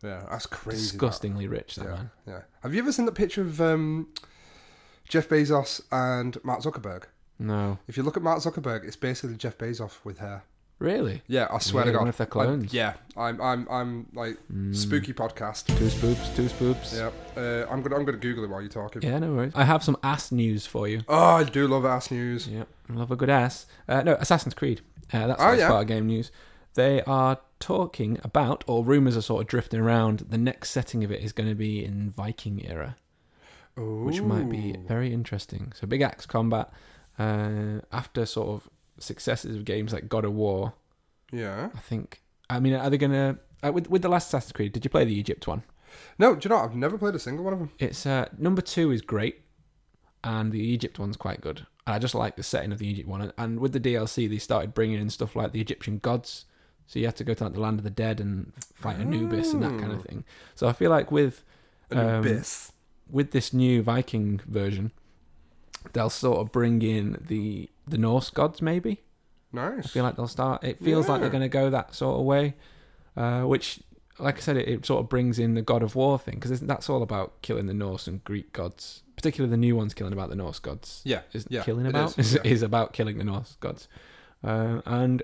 S3: yeah, that's crazy. that.
S2: Disgustingly rich, that
S3: Yeah,
S2: man.
S3: yeah. Have you ever seen the picture of um, Jeff Bezos and Mark Zuckerberg?
S2: No.
S3: If you look at Mark Zuckerberg, it's basically Jeff Bezos with hair.
S2: Really?
S3: Yeah, I swear
S2: Yeah,
S3: to God.
S2: one of their clones. Mm.
S3: Like, yeah, I'm, I'm, I'm like spooky podcast.
S2: Two spoops, two spoops.
S3: Yeah, uh, I'm gonna, I'm gonna Google it while you're talking.
S2: Yeah, no worries. I have some ass news for you.
S3: Oh, I do love ass news.
S2: Yeah, I love a good ass. Uh, no, Assassin's Creed. Uh, that's
S3: Oh,
S2: the next
S3: yeah.
S2: part of game news. They are talking about, or rumours are sort of drifting around, that the next setting of it is going to be in Viking era, which might be
S3: Ooh.
S2: very interesting. So big axe combat. Uh, after sort of successes of games like God of War,
S3: Yeah.
S2: I think. I mean, are they gonna uh, with with the last Assassin's Creed? Did you play the Egypt one?
S3: No, do you know? what? I've never played a single one of them.
S2: It's uh, number two is great, and the Egypt one's quite good. And I just like the setting of the Egypt one. And, and with the DLC, they started bringing in stuff like the Egyptian gods. So you had to go to like, the land of the dead and fight Anubis and that kind of thing. So I feel like with um,
S3: Abyss.
S2: with this new Viking version, they'll sort of bring in the the Norse gods maybe. I
S3: Nice.
S2: feel like they'll start. It feels like they're
S3: Yeah.
S2: going to go that sort of way, uh, which, like I said, it, it sort of brings in the God of War thing because that's all about killing the Norse and Greek gods, particularly the new ones killing about the Norse gods.
S3: yeah.
S2: Is
S3: yeah,
S2: killing
S3: it
S2: about is,
S3: is, yeah.
S2: is about killing the Norse gods, uh, and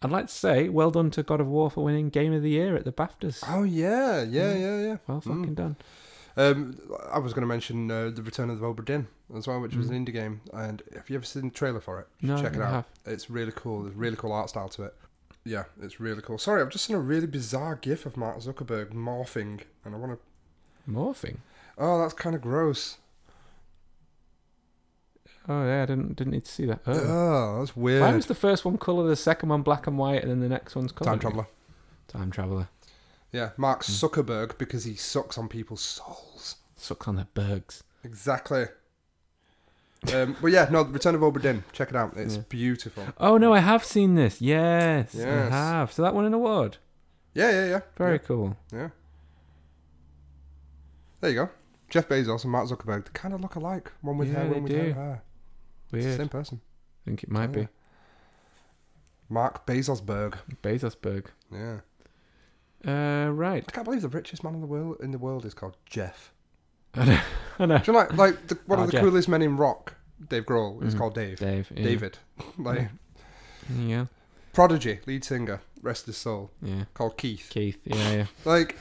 S2: I'd like to say well done to God of War for winning Game of the Year at the BAFTAs.
S3: Oh yeah, yeah,
S2: Hmm.
S3: yeah, yeah.
S2: Well
S3: Mm.
S2: fucking done.
S3: Um, I was going to mention uh, the Return of the Obra Dinn as well, which
S2: Hmm.
S3: was an indie game. And have you ever seen the trailer for it? You
S2: No,
S3: should check it
S2: I
S3: out.
S2: have.
S3: It's really cool. There's really cool art style to it. Yeah, it's really cool. Sorry, I've just seen a really bizarre GIF of Mark Zuckerberg morphing, and I want to.
S2: Morphing.
S3: Oh, that's kind of gross.
S2: Oh yeah, I didn't didn't need to see that. Oh.
S3: Oh, that's
S2: Why
S3: weird.
S2: was the first one colour, the second one black and white, and then the next one's colour?
S3: Time traveler.
S2: Time traveler.
S3: Yeah, Mark
S2: Hmm.
S3: Zuckerberg because he sucks on people's souls.
S2: Sucks on their bergs.
S3: Exactly. Um, but yeah, no, Return of Obra Dinn. Check it out. It's
S2: Yeah.
S3: beautiful.
S2: Oh no, I have seen this. Yes,
S3: Yes.
S2: I have. So that won an award.
S3: Yeah, yeah, yeah.
S2: Very
S3: Yeah.
S2: cool.
S3: Yeah. There you go. Jeff Bezos and Mark Zuckerberg, they kind of look alike. One with
S2: Yeah,
S3: hair,
S2: they
S3: one without
S2: do.
S3: hair. It's the
S2: Weird.
S3: same
S2: I
S3: person.
S2: think it might
S3: Yeah.
S2: be
S3: Mark Bezosberg.
S2: Bezosberg.
S3: Yeah.
S2: Uh, right.
S3: I can't believe the richest man in the world in the world is called Jeff.
S2: I know. I know.
S3: Do you know, like, like the, one
S2: Ah,
S3: of the
S2: Jeff.
S3: coolest men in rock, Dave Grohl, is
S2: Mhm.
S3: called Dave.
S2: Dave. Yeah.
S3: David. like
S2: Yeah.
S3: Prodigy, lead singer, rest his soul,
S2: Yeah.
S3: called Keith.
S2: Keith. Yeah. Yeah.
S3: Like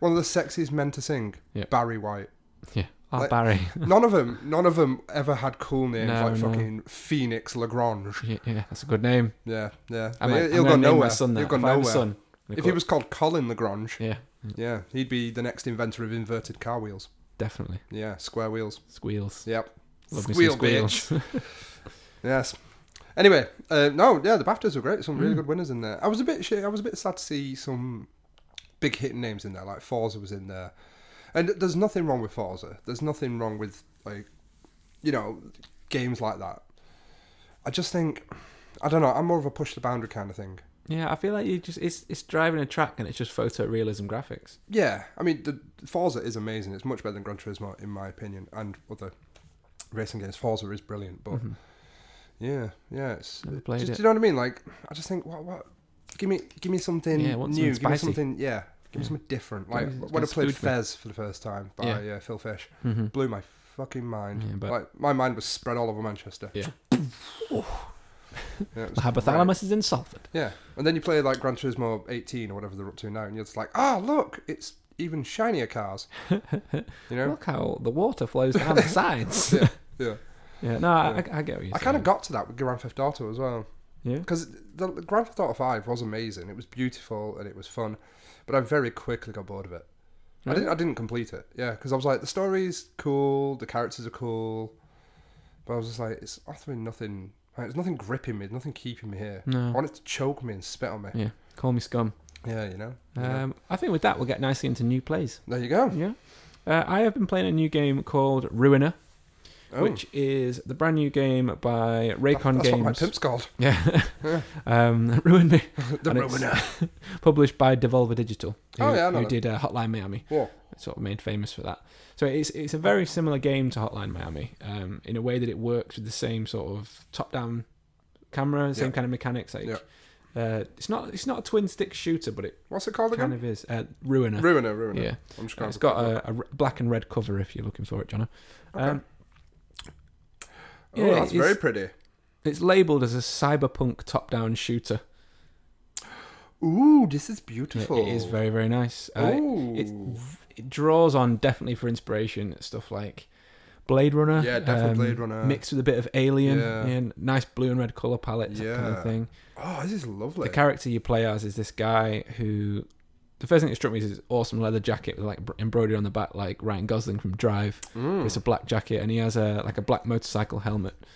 S3: one of the sexiest men to sing,
S2: Yeah.
S3: Barry White.
S2: Yeah. Oh,
S3: Like-
S2: Barry.
S3: None of them, none of them ever had cool names
S2: No,
S3: like
S2: no.
S3: fucking Phoenix Lagrange.
S2: yeah, yeah. That's a good name.
S3: Yeah, yeah.
S2: I
S3: But
S2: might,
S3: he'll-
S2: I'm
S3: he'll
S2: gonna
S3: go
S2: name my
S3: nowhere.
S2: son that.
S3: He'll go
S2: if I have
S3: nowhere.
S2: a son. I'm gonna
S3: If
S2: call
S3: he
S2: it-
S3: was called Colin Lagrange,
S2: Yeah.
S3: yeah, he'd be the next inventor of inverted car wheels.
S2: Definitely.
S3: Yeah, square wheels.
S2: Squeals.
S3: Yep.
S2: Love me some
S3: Squeal,
S2: squeals.
S3: Yes. Anyway, uh, no, yeah, the Baftas were great. Some really good winners in there. I was a bit, sh- I was a bit sad to see some big hitting names in there. Like Forza was in there, and there's nothing wrong with Forza. There's nothing wrong with like, you know, games like that. I just think, I don't know. I'm more of a push the boundary kind of thing.
S2: yeah. I feel like you just it's it's driving a track and it's just photorealism graphics.
S3: Yeah, I mean, the Forza is amazing. It's much better than Gran Turismo, in my opinion, and other racing games. Forza is brilliant,
S2: Mm-hmm.
S3: but yeah, yeah, it's
S2: Never played
S3: Mm-hmm. just,
S2: it.
S3: Do you know what I mean? Like, I just think, what, what? Give me, give me something
S2: Yeah, I want
S3: new.
S2: something
S3: Give me
S2: spicy.
S3: something, yeah. Give me something different.
S2: Give me
S3: Like
S2: something
S3: when I played
S2: spooked me.
S3: Fez for the first time by
S2: Yeah.
S3: uh, Phil Fish,
S2: Mm-hmm.
S3: blew my fucking mind.
S2: Yeah, but-
S3: like my mind was spread all over Manchester.
S2: Yeah.
S3: Yeah, it
S2: The
S3: was
S2: hypothalamus is in Salford.
S3: great. Yeah, and then you play like Gran Turismo 18 or whatever they're up to now, and you're just like, ah, look, it's even shinier cars. You know?
S2: Look how the water flows down the sides.
S3: yeah, yeah.
S2: Yeah, no, I, I, I get what you're
S3: I
S2: saying.
S3: kind of got to that with Grand Theft Auto as well.
S2: Yeah.
S3: Because the the Grand Theft Auto 5 was amazing. It was beautiful and it was fun, but I very quickly got bored of it. I didn't. I didn't complete it. Yeah, because I was like, the story's cool, the characters are cool, but I was just like, it's offering nothing. Like, there's nothing gripping me. There's nothing keeping me here. I
S2: No.
S3: want it to choke me and spit on me.
S2: Yeah, call me scum.
S3: Yeah, you know. Yeah.
S2: Um, I think with that we'll get nicely into new plays.
S3: there you go.
S2: Yeah. Uh, I have been playing a new game called Ruiner,
S3: Oh,
S2: which is the brand new game by
S3: that-
S2: Raycon
S3: that's
S2: Games.
S3: what my pimp's called.
S2: yeah.
S3: Yeah.
S2: um, ruined me.
S3: the
S2: And it's-
S3: ruiner.
S2: Published by Devolver Digital. Who,
S3: Oh, yeah, I know
S2: who
S3: them.
S2: did uh, Hotline Miami.
S3: Whoa.
S2: sort of made famous for that. So it's it's a very similar game to Hotline Miami um, in a way that it works with the same sort of top-down camera, same
S3: Yeah.
S2: kind of mechanics. Like,
S3: Yeah.
S2: uh, it's not it's not a twin-stick shooter, but it
S3: What's it called
S2: kind
S3: again?
S2: of is. Uh, Ruiner.
S3: Ruiner. Ruiner.
S2: Yeah,
S3: I'm just
S2: Uh,
S3: going.
S2: it's got a, a r- black and red cover if you're looking for it, Jono. Um,
S3: oh,
S2: yeah,
S3: that's
S2: it's-
S3: very pretty.
S2: It's labelled as a cyberpunk top-down shooter.
S3: Ooh, this is
S2: It-
S3: beautiful.
S2: it is very very nice. Uh,
S3: Oh. Ooh.
S2: it, it draws on definitely for inspiration stuff like Blade Runner.
S3: Yeah, definitely Blade Runner.
S2: Mixed with a bit of Alien
S3: Uh, Yeah.
S2: and nice blue and red color palette that kind
S3: Yeah.
S2: of thing.
S3: oh, this is lovely.
S2: The character you play as is this guy who. The first thing that struck me is his awesome leather jacket with like br- embroidered on the back, like Ryan Gosling from Drive.
S3: Mm.
S2: It's a black jacket, and he has a like a black motorcycle helmet,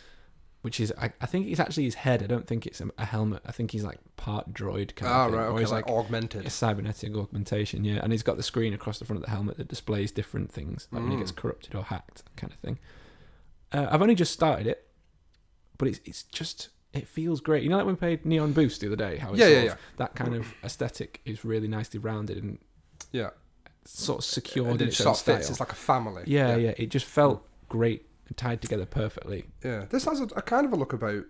S2: which is I, I think it's actually his head. I don't think it's a, a helmet. I think he's like part droid kind
S3: Ah,
S2: of thing,
S3: right.
S2: or
S3: Okay,
S2: he's,
S3: like,
S2: a
S3: augmented.
S2: cybernetic augmentation, yeah. And he's got the screen across the front of the helmet that displays different things, like when it gets
S3: Mm.
S2: corrupted or hacked, kind of thing. Uh, I've only just started it, but it's it's just it feels great. You know, like when we played Neon Boost the other day, how it's
S3: Yeah,
S2: sort
S3: yeah,
S2: of- that kind of aesthetic is really nicely rounded and
S3: Yeah.
S2: sort of
S3: And
S2: secured in
S3: it
S2: its
S3: sort
S2: own
S3: of fits.
S2: style.
S3: It's like Mm. a family.
S2: Yeah, yeah, It just felt great and tied together perfecly.
S3: Yeah. This has a, a kind of a look about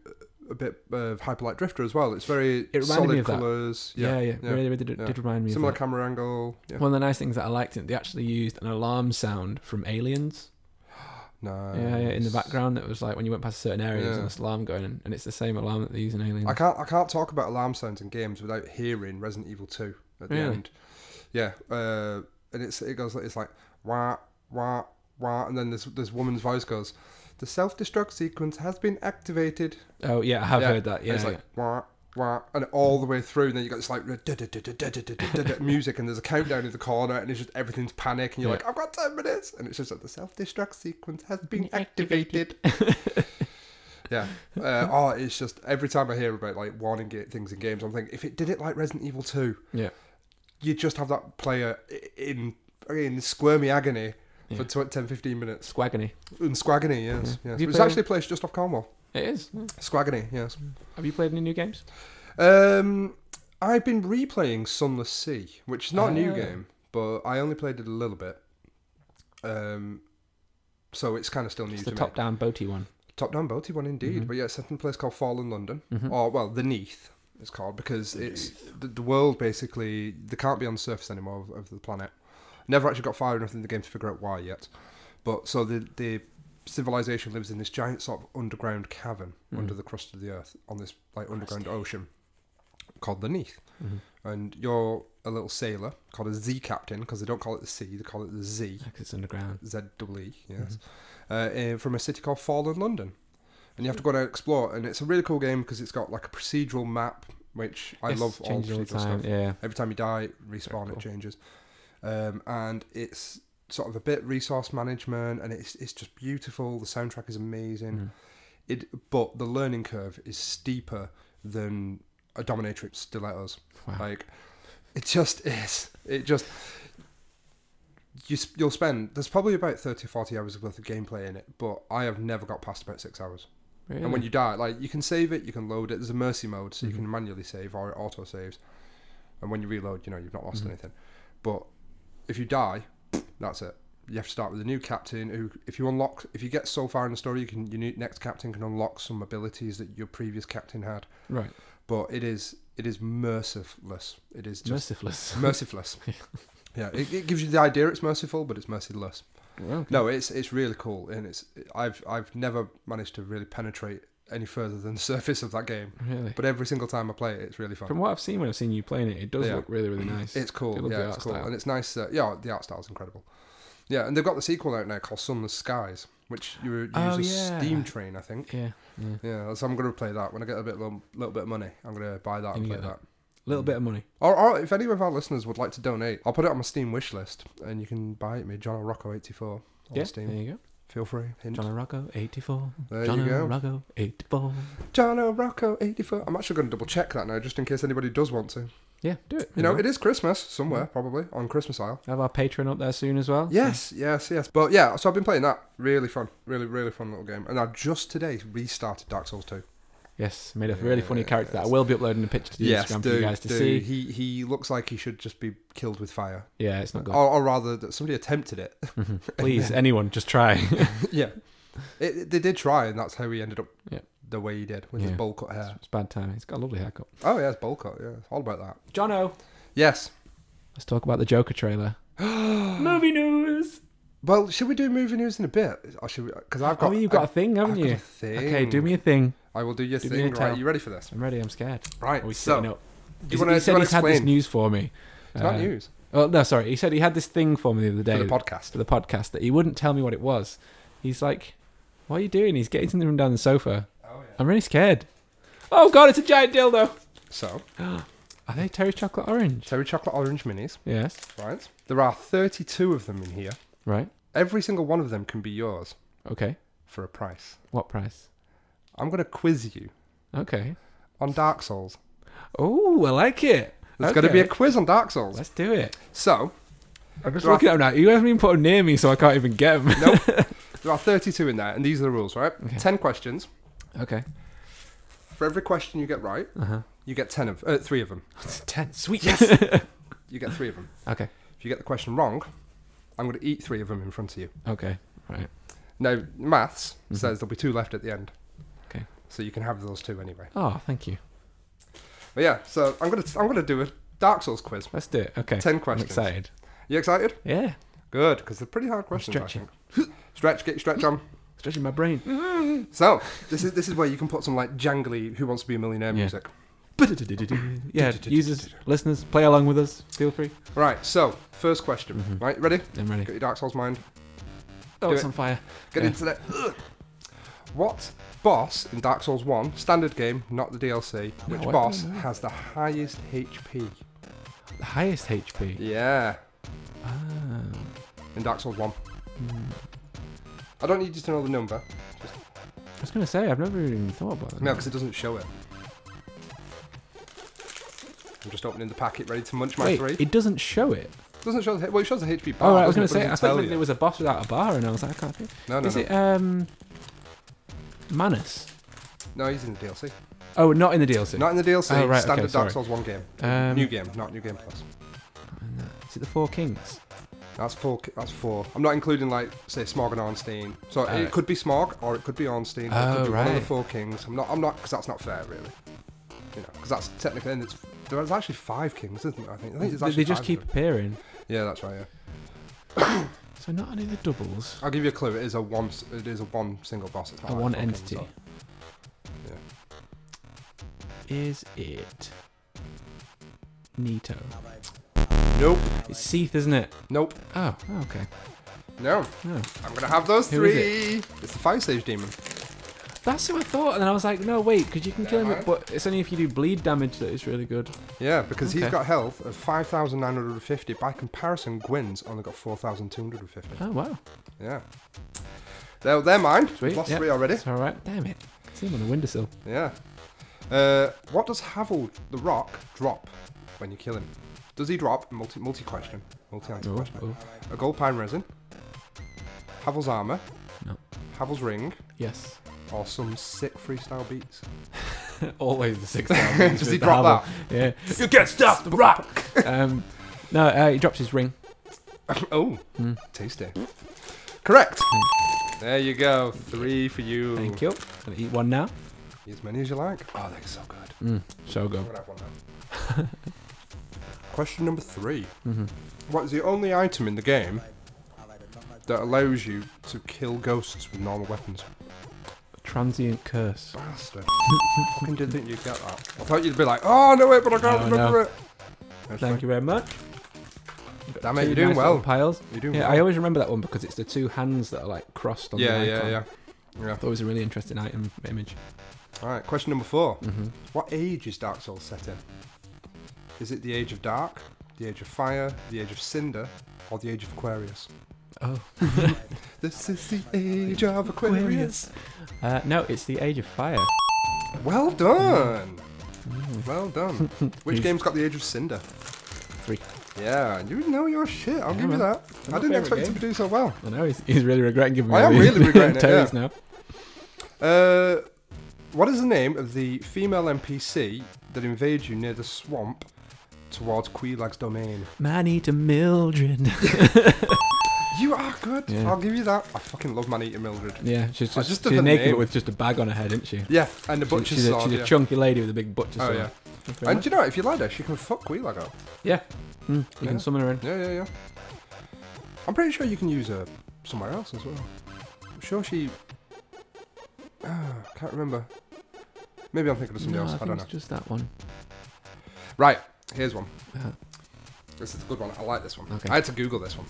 S3: a bit of Hyperlight Drifter as well. It's very
S2: reminded
S3: solid
S2: me of that.
S3: colors.
S2: Yeah, yeah, really, really did,
S3: yeah.
S2: did remind me
S3: Similar
S2: of that.
S3: camera angle. Yeah.
S2: One of the nice things that I liked, is they actually used an alarm sound from Aliens.
S3: Nice.
S2: Yeah, yeah, in the background that was like when you went past certain areas, there was an
S3: Um, Yeah.
S2: alarm going, and, and it's the same alarm that they use in Alien.
S3: I can't I can't talk about alarm sounds in games without hearing Resident Evil 2 at the
S2: Really?
S3: end. Yeah, uh, and it's it goes like- it's like wah wah wah, and then this this woman's voice goes, the self destruct sequence has been activated.
S2: Oh yeah, I have
S3: Yeah,
S2: heard that.
S3: and
S2: Yeah,
S3: it's like wah wah, and all the way through, and then you got this like da-da-da-da-da-da-da-da music, and there's a countdown in the corner, and it's just everything's panic, and you're
S2: Yeah.
S3: like, I've got ten minutes, and it's just like the self destruct sequence has been activated. yeah. Uh, oh, it's just every time I hear about like warning ga- things in games, I'm thinking if it did it like Resident Evil Two,
S2: yeah,
S3: you just have that player i- in in squirmy agony. For
S2: Yeah.
S3: 20, 10, 15 minutes.
S2: Squagony.
S3: In Squagony, yes. yes.
S2: You
S3: It was
S2: play-
S3: actually a place just off Cornwall.
S2: It is.
S3: Hmm.
S2: yeah.
S3: Squagony, yes.
S2: Have you played any new games?
S3: Um, I've been replaying Sunless Sea, which is not a new
S2: Ah.
S3: game, but I only played it a little bit. Um, so it's kind of still new
S2: It's
S3: to
S2: the Mm-hmm.
S3: me.
S2: top-down boaty one.
S3: Top down boaty one indeed, but yeah, it's set in a place called Fallen London,
S2: Mm. Mm-hmm.
S3: or well, the Neath it's called because it's the, the world basically they can't be on the surface anymore of, of the planet. Never actually got far enough in the game to figure out why yet, but so the the civilization lives in this giant sort of underground cavern under the crust of the earth on this like underground ocean called the Neath,
S2: Mm-hmm.
S3: and you're a little sailor called a Z captain because they don't call it the sea, they call it the Z.
S2: Like it's underground.
S3: ZWE, yes,
S2: Mm-hmm.
S3: uh, uh, from a city called Fallen, London. And you have to go down and explore, and it's a really cool game because it's got like a procedural map, which I
S2: Yes,
S3: love all
S2: changes
S3: procedural
S2: all the time.
S3: stuff.
S2: Yeah,
S3: Every time you die, respawn,
S2: cool.
S3: it changes. Um, and it's sort of a bit resource management, and it's it's just beautiful. The soundtrack is amazing. It, but the learning curve is steeper than a dominatrix stilettos.
S2: Wow.
S3: Like, it just is. It just you sp- you'll spend there's probably about 30 40 hours worth of gameplay in it but i have never got past about six hours
S2: Mm. really.
S3: and when you die like you can save it you can load it there's a mercy mode so you can manually save or it auto saves and when you reload you know you've not lost anything but if you die that's it you have to start with a new captain who if you unlock if you get so far in the story you can your new, next captain can unlock some abilities that your previous captain had
S2: right,
S3: but it is it is merciless it is just
S2: merciless.
S3: merciless yeah it, it gives you the idea it's merciful but it's merciless
S2: Well, okay.
S3: no, it's it's really cool, and it's I've I've never managed to really penetrate any further than the surface of that game.
S2: Really.
S3: But every single time I play it, it's really fun.
S2: From what I've seen when I've seen you playing it, it does
S3: Yeah. Mm.
S2: look really, really nice.
S3: It's
S2: I
S3: cool.
S2: love the
S3: Yeah,
S2: art
S3: it's cool,
S2: style.
S3: and it's nice. Uh, yeah, the art style's incredible. Yeah, and they've got the sequel out now called Sunless Skies, which you use
S2: Oh,
S3: a
S2: yeah.
S3: steam train, I think.
S2: yeah, yeah.
S3: Yeah, so I'm gonna play that when I get a bit little, little bit of money. I'm gonna buy that and
S2: You
S3: play
S2: get
S3: that.
S2: that. Little bit of money.
S3: Or, or if any of our listeners would like to donate, I'll put it on my Steam wish list, and you can buy it me, John Rocco eighty four on
S2: Yeah, there
S3: Steam.
S2: you go.
S3: Feel free. Hint.
S2: John Rocco, 84.
S3: There
S2: John
S3: you go.
S2: Rocco, 84.
S3: John Rocco eighty four. I'm actually gonna double check that now, just in case anybody does want to.
S2: Yeah, do it.
S3: You know, it is Christmas somewhere, probably on Christmas Isle.
S2: Have our Patreon up there soon as well.
S3: Yes, yes, yes. But yeah, so I've been playing that. Really fun. Really, really fun little game. And I just today restarted Dark Souls 2.
S2: Yes, made a really funny character that I
S3: Yes.
S2: will be uploading a picture to the Instagram for you guys to see.
S3: He he looks like he should just be killed with fire.
S2: Yeah, it's not good.
S3: Or, or rather, that somebody attempted it.
S2: Please, anyone, just try.
S3: yeah. It, it- they did try, and that's how he ended up
S2: Yeah.
S3: the way he did, with
S2: Yeah.
S3: his bowl cut hair.
S2: it's bad timing. It's got a lovely haircut.
S3: Oh, yeah, it's bowl cut. Yeah, it's all about that.
S2: Jono,
S3: Yes.
S2: let's talk about the Joker trailer. Movie news.
S3: Well, should we do movie news in a bit? Or should we? Because I've got.
S2: oh, you've got a
S3: I've-
S2: thing, haven't
S3: I've
S2: you?
S3: got a thing.
S2: Okay, do me a thing.
S3: I will do your
S2: do me a
S3: thing.
S2: tell.
S3: Right, you ready for this?
S2: I'm ready. I'm scared.
S3: Right.
S2: Are we
S3: so,
S2: setting up?
S3: do you
S2: He's-
S3: wanna-
S2: he
S3: do you
S2: said
S3: wanna
S2: he's had this
S3: explain?
S2: news for me.
S3: it's not
S2: Uh,
S3: news
S2: Oh no, sorry. He said he had this thing for me the other day
S3: for the podcast.
S2: for the podcast that he wouldn't tell me what it was. He's like, "What are you doing?" He's getting something from down the sofa.
S3: Oh, yeah.
S2: I'm really scared. Oh god, it's a giant dildo.
S3: So,
S2: Are they Terry chocolate orange?
S3: Terry Chocolate Orange Minis,
S2: Yes.
S3: right? There are 32 of them in here.
S2: Right.
S3: Every single one of them can be yours
S2: Okay.
S3: for a price.
S2: What price?
S3: I'm going to quiz you
S2: Okay.
S3: on Dark Souls.
S2: Oh, I like it.
S3: There's going to be a
S2: Okay.
S3: quiz on Dark Souls.
S2: Let's do it.
S3: So,
S2: I'm just
S3: Right.
S2: looking at him now. You haven't even put him near me, so I can't even get him.
S3: nope. there are 32 in there, and these are the rules, right? 10 questions.
S2: okay.
S3: For every question you get right,
S2: Uh huh.
S3: you get 10 of uh, three of them.
S2: It's ten. Sweet.
S3: You get three of them.
S2: okay.
S3: If you get the question wrong, I'm going to eat three of them in front of you.
S2: Okay. Right.
S3: Now, maths says there'll be two left at the end.
S2: Mm-hmm. Okay.
S3: So you can have those two anyway.
S2: Oh, thank you.
S3: But yeah, so I'm going to I'm going to do a Dark Souls quiz.
S2: Let's do it. Okay.
S3: Ten
S2: I'm
S3: questions.
S2: excited.
S3: You excited?
S2: Yeah.
S3: Good, because they're pretty hard questions. I
S2: stretching.
S3: think. stretch, get your stretch on.
S2: Stretching my brain.
S3: So this is this is where you can put some like jangly "Who Wants to Be a Millionaire"
S2: Yeah.
S3: music.
S2: yeah. Users, listeners, play along with us. Feel free.
S3: Right. So first question.
S2: Mm-hmm.
S3: Right, ready?
S2: I'm ready.
S3: Get your Dark Souls mind.
S2: Oh,
S3: Do
S2: it's
S3: it.
S2: on fire.
S3: Get
S2: Yeah.
S3: into that. Ugh. What boss in Dark Souls One standard game, not the DLC? Which
S2: what
S3: boss
S2: the-
S3: has the highest HP?
S2: The highest HP.
S3: Yeah,
S2: Ah.
S3: in Dark Souls One. I don't need you to know the number.
S2: I was gonna say I've never even thought about that.
S3: No, because it doesn't show it. I'm just opening the packet, ready to munch my
S2: Wait,
S3: three.
S2: it doesn't show it.
S3: Doesn't show the well, it shows the HP bar.
S2: Oh, right, I was going to
S3: doesn't
S2: say, I
S3: it? But it doesn't tell
S2: thought
S3: you.
S2: there was a boss without a bar, and I was like, I can't think.
S3: No, no,
S2: Is
S3: no.
S2: it um, Manus?
S3: no, he's in the DLC.
S2: Oh, not in the DLC.
S3: Not in the DLC.
S2: Oh, right, okay,
S3: standard
S2: sorry.
S3: Dark Souls one game.
S2: Um,
S3: new game, not new game plus.
S2: Is it the Four Kings?
S3: That's four. ki- That's four. I'm not including like say Smog and Ornstein. So it
S2: Alright.
S3: could be Smog or it could be Ornstein. or it
S2: Oh,
S3: could be One of
S2: right.
S3: the four kings. I'm not. I'm not because that's not fair, really. You know, because that's technically and it's there's actually five kings, isn't there? I think. I think there's
S2: They,
S3: actually
S2: they just
S3: five of
S2: keep
S3: them.
S2: appearing.
S3: Yeah, that's right. Yeah.
S2: So not any of the doubles.
S3: I'll give you a clue. It is a one. s- It is a one single boss. It's not
S2: A
S3: like
S2: one
S3: four kings,
S2: entity.
S3: so- Yeah.
S2: Is it Nito?
S3: Nope.
S2: It's Seath, isn't it?
S3: Nope.
S2: Oh, okay. Oh.
S3: No.
S2: No,
S3: I'm gonna have those
S2: Who
S3: three.
S2: is
S3: It's the Fire Sage Demon.
S2: that's who I thought, and then I was like, no, wait, because you can kill him,
S3: Never mind.
S2: but it's only if you do bleed damage that it's really good.
S3: Yeah, because he's
S2: Okay.
S3: got health of 5,950. By comparison, Gwyn's only got 4,250.
S2: Oh wow,
S3: Yeah. They're, they're mine.
S2: Sweet,
S3: Lost
S2: yeah.
S3: three already.
S2: it's all right. Damn it, see him on the windowsill.
S3: Yeah. Uh, what does Havel the Rock drop when you kill him? Does he drop multi multi question? Multi answer
S2: Oh,
S3: question.
S2: oh,
S3: A gold pine resin, Havel's armor,
S2: No.
S3: Havel's ring,
S2: yes.
S3: or some sick freestyle beats?
S2: Always the sixth
S3: Does he drop
S2: that?
S1: You can't stop the rock.
S2: Yeah. Um, no, uh, he drops his ring.
S3: oh,
S2: Mm.
S3: tasty. Correct. There you go. Three for you.
S2: Hmm. Thank you. Gonna eat one now.
S3: As many as you like. Oh, they're so good.
S2: Mm, so
S3: I'm
S2: good.
S3: gonna have one now. Question number three.
S2: Mhm.
S3: What is the only item in the game that allows you to kill ghosts with normal weapons?
S2: transient curse.
S3: Bastard. fucking didn't think you'd get that. I thought you'd be like, oh, no, wait, but I can't
S2: No, no.
S3: remember it. That's
S2: Thank you very much.
S3: Damn
S2: Two
S3: it, you're doing
S2: nice
S3: well.
S2: little Piles.
S3: You're doing
S2: Yeah,
S3: well.
S2: I always remember that one because it's the two hands that are like crossed on
S3: yeah,
S2: the
S3: yeah,
S2: icon.
S3: yeah. Yeah.
S2: That was a really interesting item image.
S3: All right, question number four.
S2: Mm-hmm.
S3: What age is Dark Souls set in? Is it the age of dark, the age of fire, the age of cinder, or the age of Aquarius?
S2: Oh,
S3: This is the age of Aquarius.
S2: uh, no, it's the Age of Fire.
S3: Well done. Well done.
S2: Mm.
S3: Which
S2: He's-
S3: game's got the age of cinder?
S2: Three.
S3: Yeah, you know your shit. I'll
S2: Yeah,
S3: give you
S2: man.
S3: that.
S2: They're my
S3: I didn't
S2: favourite
S3: expect it to do so well.
S2: I know he's, he's really regretting giving me.
S3: I
S2: all
S3: am
S2: the-
S3: really regretting it,
S2: toadies now.
S3: Uh, what is the name of the female NPC that invades you near the swamp towards Queelag's domain?
S2: Man to Mildred.
S3: You are good.
S2: Yeah.
S3: I'll give you that. I fucking love Man Eater Mildred.
S2: yeah, she's
S3: I
S2: just,
S3: just
S2: she's
S3: did the
S2: naked
S3: name.
S2: but with just a bag on her head, isn't she?
S3: Yeah, and the
S2: She-
S3: butcher's
S2: she's a,
S3: sword.
S2: she's
S3: yeah.
S2: a chunky lady with a big butcher
S3: Oh
S2: sword.
S3: yeah,
S2: Thank you very
S3: and
S2: much.
S3: do you know what? if you let her, she can fuck Queelag up.
S2: yeah. Mm, you
S3: Yeah.
S2: can summon her in.
S3: Yeah, yeah, yeah. I'm pretty sure you can use her somewhere else as well. I'm sure she. Ah, can't remember. Maybe I'm thinking of somebody
S2: No, I
S3: else. I,
S2: think
S3: don't
S2: it's
S3: know.
S2: just that one.
S3: Uh, Right, here's one.
S2: Uh,
S3: This is a good one. I like this one.
S2: Okay.
S3: I had to Google this one.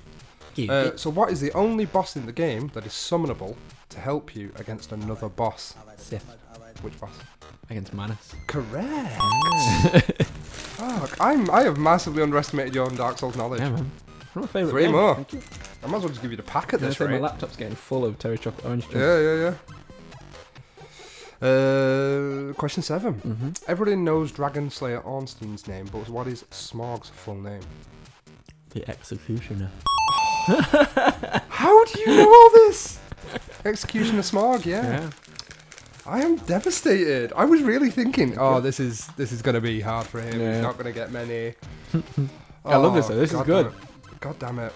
S2: you-
S3: Uh, so, what is the only boss in the game that is summonable to help you against another boss?
S2: Sith
S3: Which boss?
S2: against Manus.
S3: Correct. Fuck, I'm, I have massively underestimated your own Dark Souls knowledge.
S2: Yeah, man. One of my favourite
S3: Three
S2: games.
S3: more.
S2: Thank you.
S3: I might as well just give you the pack at
S2: Can I
S3: this
S2: say my
S3: rate.
S2: laptop's getting full of Terry Chocolate Orange Juice.
S3: Yeah, yeah, yeah. Uh, question seven.
S2: Mm-hmm.
S3: Everybody knows Dragon Slayer Ornstein's name, but what is Smog's full name?
S2: The Executioner.
S3: How do you know all this? Executioner Smog, yeah.
S2: Yeah.
S3: I am devastated. I was really thinking, oh, this is this is gonna be hard for him.
S2: Yeah.
S3: He's not gonna get many.
S2: I love this, though. This is
S3: God
S2: good.
S3: damn it. God damn it.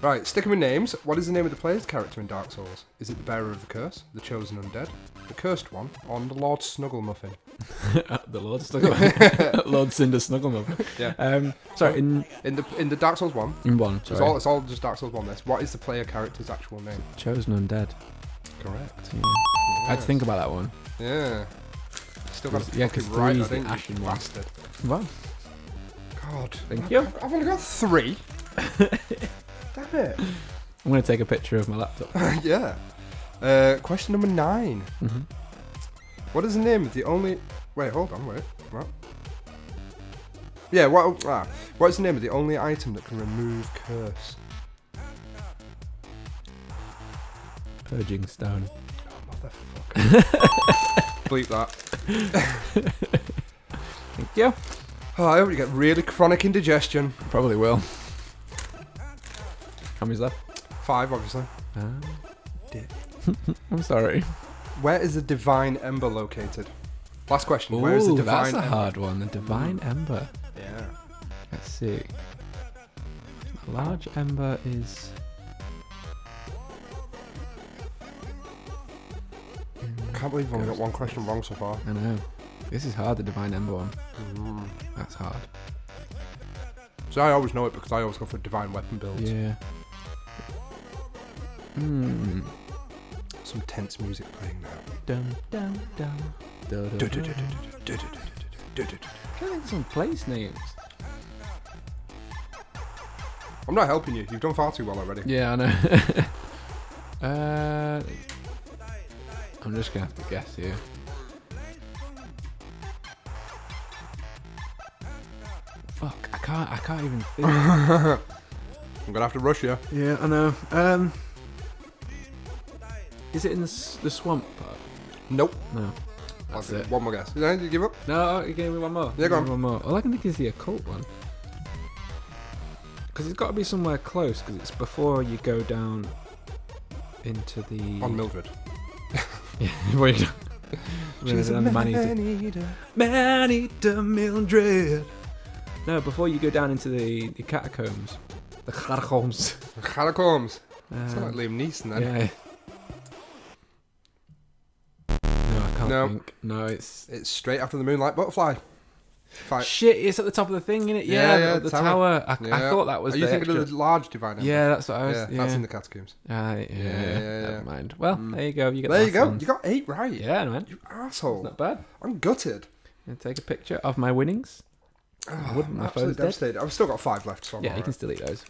S3: Right, sticking with names. What is the name of the player's character in Dark Souls? Is it the bearer of the curse, the chosen undead, the cursed one, or the Lord Snugglemuffin?
S2: the Lord Snugglemuff. Lord Cinder Snugglemuff.
S3: Yeah.
S2: Um, sorry, in,
S3: In the in the Dark Souls one,
S2: in one.
S3: it's
S2: Sorry.
S3: all it's all just Dark Souls one. This. What is the player character's actual name?
S2: Chosen Undead.
S3: Correct.
S2: Yeah. I had to think about that one.
S3: Yeah. Still got it
S2: Yeah, 'cause
S3: fucking right.
S2: three's the
S3: I think. you
S2: ashen one.
S3: Bastard.
S2: Wow.
S3: God.
S2: Thank you.
S3: I've only got three. Damn it.
S2: I'm going to take a picture of my laptop.
S3: yeah. Uh, question number nine.
S2: Mm-hmm.
S3: What is the name of the only? Wait, hold on. Wait. What? Yeah. What? Ah, what is the name of the only item that can remove curse?
S2: Purging Stone.
S3: Motherfucker. Bleep that.
S2: Thank you.
S3: Oh, I hope you get really chronic indigestion.
S2: Probably will. How many's left?
S3: Five, obviously.
S2: Ah.
S3: Dick.
S2: I'm sorry.
S3: Where is the divine ember located? Last question. Where is the
S2: Ooh,
S3: divine?
S2: that's a
S3: ember?
S2: hard one. The Divine Ember.
S3: Yeah.
S2: Let's see. A large ember is.
S3: I can't believe I've only got one question wrong so far.
S2: I know. This is hard, the Divine Ember one.
S3: Mm.
S2: That's hard.
S3: So I always know it because I always go for divine weapon builds.
S2: Yeah. Hmm.
S3: Some tense music playing now.
S2: Dum, dum, dum. Da, da, da. Can I think of some place names?
S3: I'm not helping you. You've done far too well already.
S2: Yeah, I know. uh, I'm just gonna have to guess here. Fuck, I can't. I can't even think.
S3: I'm gonna have to rush you.
S2: yeah, I know. Um, is it in the, s- the swamp part?
S3: Nope.
S2: No, that's
S3: Okay,
S2: it.
S3: One more guess. Is there anything you give up?
S2: No, you gave me one more.
S3: Yeah, go
S2: Give me One more. All I can think is the occult one. Because it's got to be somewhere close, because it's before you go down into the.
S3: On Mildred.
S2: Yeah, before you go. down the man-eater. Man-eater Mildred. No, before you go down into the, the catacombs. The catacombs.
S3: Catacombs. It's
S2: Um,
S3: not like Liam Neeson then.
S2: yeah. No, I can't
S3: No.
S2: think. No, it's.
S3: It's straight after the Moonlight Butterfly. Fight.
S2: Shit, it's at the top of the thing, isn't it?
S3: Yeah,
S2: Yeah,
S3: yeah,
S2: the, the
S3: tower.
S2: tower. I,
S3: Yeah.
S2: I thought that was
S3: Are you
S2: the
S3: thinking
S2: extra.
S3: of the large divine emblem?
S2: Yeah, that's what I was. Yeah,
S3: that's in the catacombs.
S2: Right, yeah,
S3: Yeah, yeah, yeah. Mm.
S2: Never mind. Well, there you go. You get
S3: There
S2: the
S3: you
S2: last
S3: go.
S2: one.
S3: You got eight right.
S2: Yeah, man.
S3: You asshole.
S2: Not bad.
S3: I'm gutted.
S2: Gonna take a picture of my winnings. I wouldn't.
S3: I'm
S2: My phone's
S3: absolutely
S2: dead.
S3: devastated. I've still got five left, so I'm
S2: Yeah, you
S3: alright.
S2: can still eat those.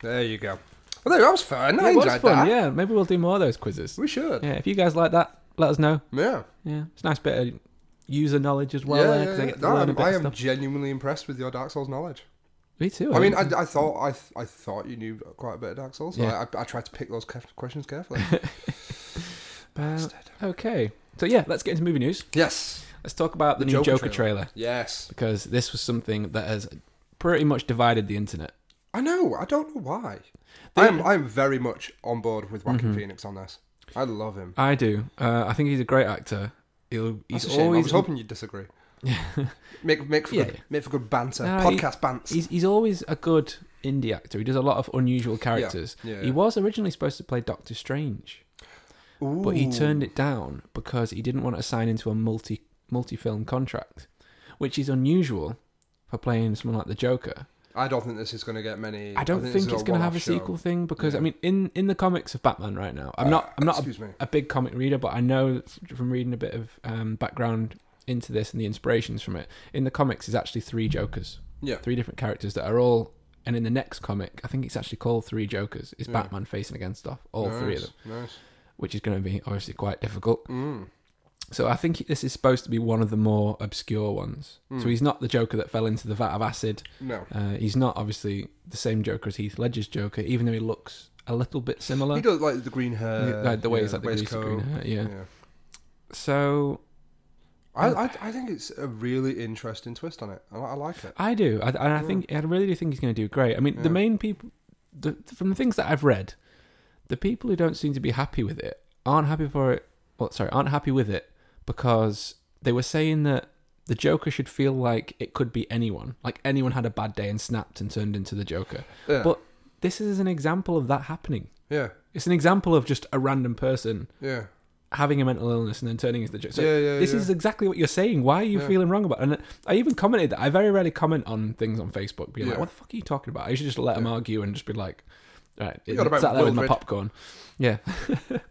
S3: There you go. Well, there, that was fun. I
S2: it was
S3: enjoyed
S2: fun.
S3: that.
S2: Yeah, maybe we'll do more of those quizzes.
S3: We should. Yeah.
S2: Yeah, if you guys like that, let us know.
S3: Yeah.
S2: Yeah, it's a nice bit of user knowledge as well.
S3: yeah,
S2: there,
S3: yeah,
S2: 'cause I
S3: yeah.
S2: get to
S3: No,
S2: learn a
S3: I'm,
S2: bit
S3: I
S2: of
S3: am
S2: stuff.
S3: genuinely impressed with your Dark Souls knowledge.
S2: Me too. eh?
S3: I mean, I, I thought I, th- I thought you knew quite a bit of Dark Souls. So
S2: Yeah.
S3: I, I tried to pick those caref- questions carefully.
S2: About- okay. So yeah, let's get into movie news.
S3: yes.
S2: Let's talk about the, new Joker, trailer.
S3: Yes.
S2: because this was something that has pretty much divided the internet.
S3: I know. I don't know why. I'm I'm very much on board with
S2: Mm-hmm.
S3: Joaquin Phoenix on this. I love him.
S2: I do. Uh, I think he's a great actor. He'll, he's
S3: That's a shame. I was
S2: always
S3: hoping you'd disagree. make make for
S2: Yeah,
S3: good
S2: yeah.
S3: make for good banter.
S2: No, he-
S3: Podcast bants.
S2: he's, he's always a good indie actor. He does a lot of unusual characters.
S3: yeah,
S2: He
S3: yeah.
S2: was originally supposed to play Doctor Strange, but he
S3: Ooh.
S2: turned it down because he didn't want to sign into a multi multi film contract, which is unusual for playing someone like the Joker.
S3: I don't think this is going to get many.
S2: I don't think,
S3: this is
S2: it's going to
S3: one-off
S2: have a
S3: show.
S2: sequel thing because
S3: Yeah. Uh,
S2: I mean, in in the comics of Batman right now, I'm not I'm not a,
S3: Excuse me.
S2: a big comic reader, but I know f- from reading a bit of um, background into this and the inspirations from it. In the comics, is actually three Jokers,
S3: Yeah.
S2: three different characters that are all. And in the next comic, I think it's actually called Three Jokers. It's
S3: Yeah.
S2: Batman facing against off all three of them,
S3: Mm. Nice.
S2: which is going to be obviously quite difficult.
S3: Mm.
S2: So I think this is supposed to be one of the more obscure ones.
S3: Mm.
S2: So he's not the Joker that fell into the vat of acid.
S3: No.
S2: Uh, he's not obviously the same Joker as Heath Ledger's Joker, even though he looks a little bit similar.
S3: He does like the green hair,
S2: like the way
S3: yeah,
S2: he's like the greasy
S3: waistcoat,
S2: green hair, yeah.
S3: yeah.
S2: So
S3: I, I I think it's a really interesting twist on it. I, I like it.
S2: I do, I, and I think I really do think he's going to do great. I mean,
S3: Yeah.
S2: the main people, the, from the things that I've read, the people who don't seem to be happy with it aren't happy for it. Well, sorry, aren't happy with it because they were saying that the Joker should feel like it could be anyone, like anyone had a bad day and snapped and turned into the Joker.
S3: Yeah.
S2: But this is an example of that happening.
S3: yeah.
S2: It's an example of just a random person
S3: Yeah.
S2: having a mental illness and then turning into the joke. So
S3: Yeah, yeah,
S2: this
S3: yeah.
S2: is exactly what you're saying. Why are you
S3: Yeah.
S2: feeling wrong about? it? And I even commented that I very rarely comment on things on Facebook, being
S3: Yeah.
S2: like, "What the fuck are you talking about?" I usually just let them argue and just be like, "Right,
S3: got about
S2: sat there with my
S3: Wildred."
S2: popcorn." Yeah,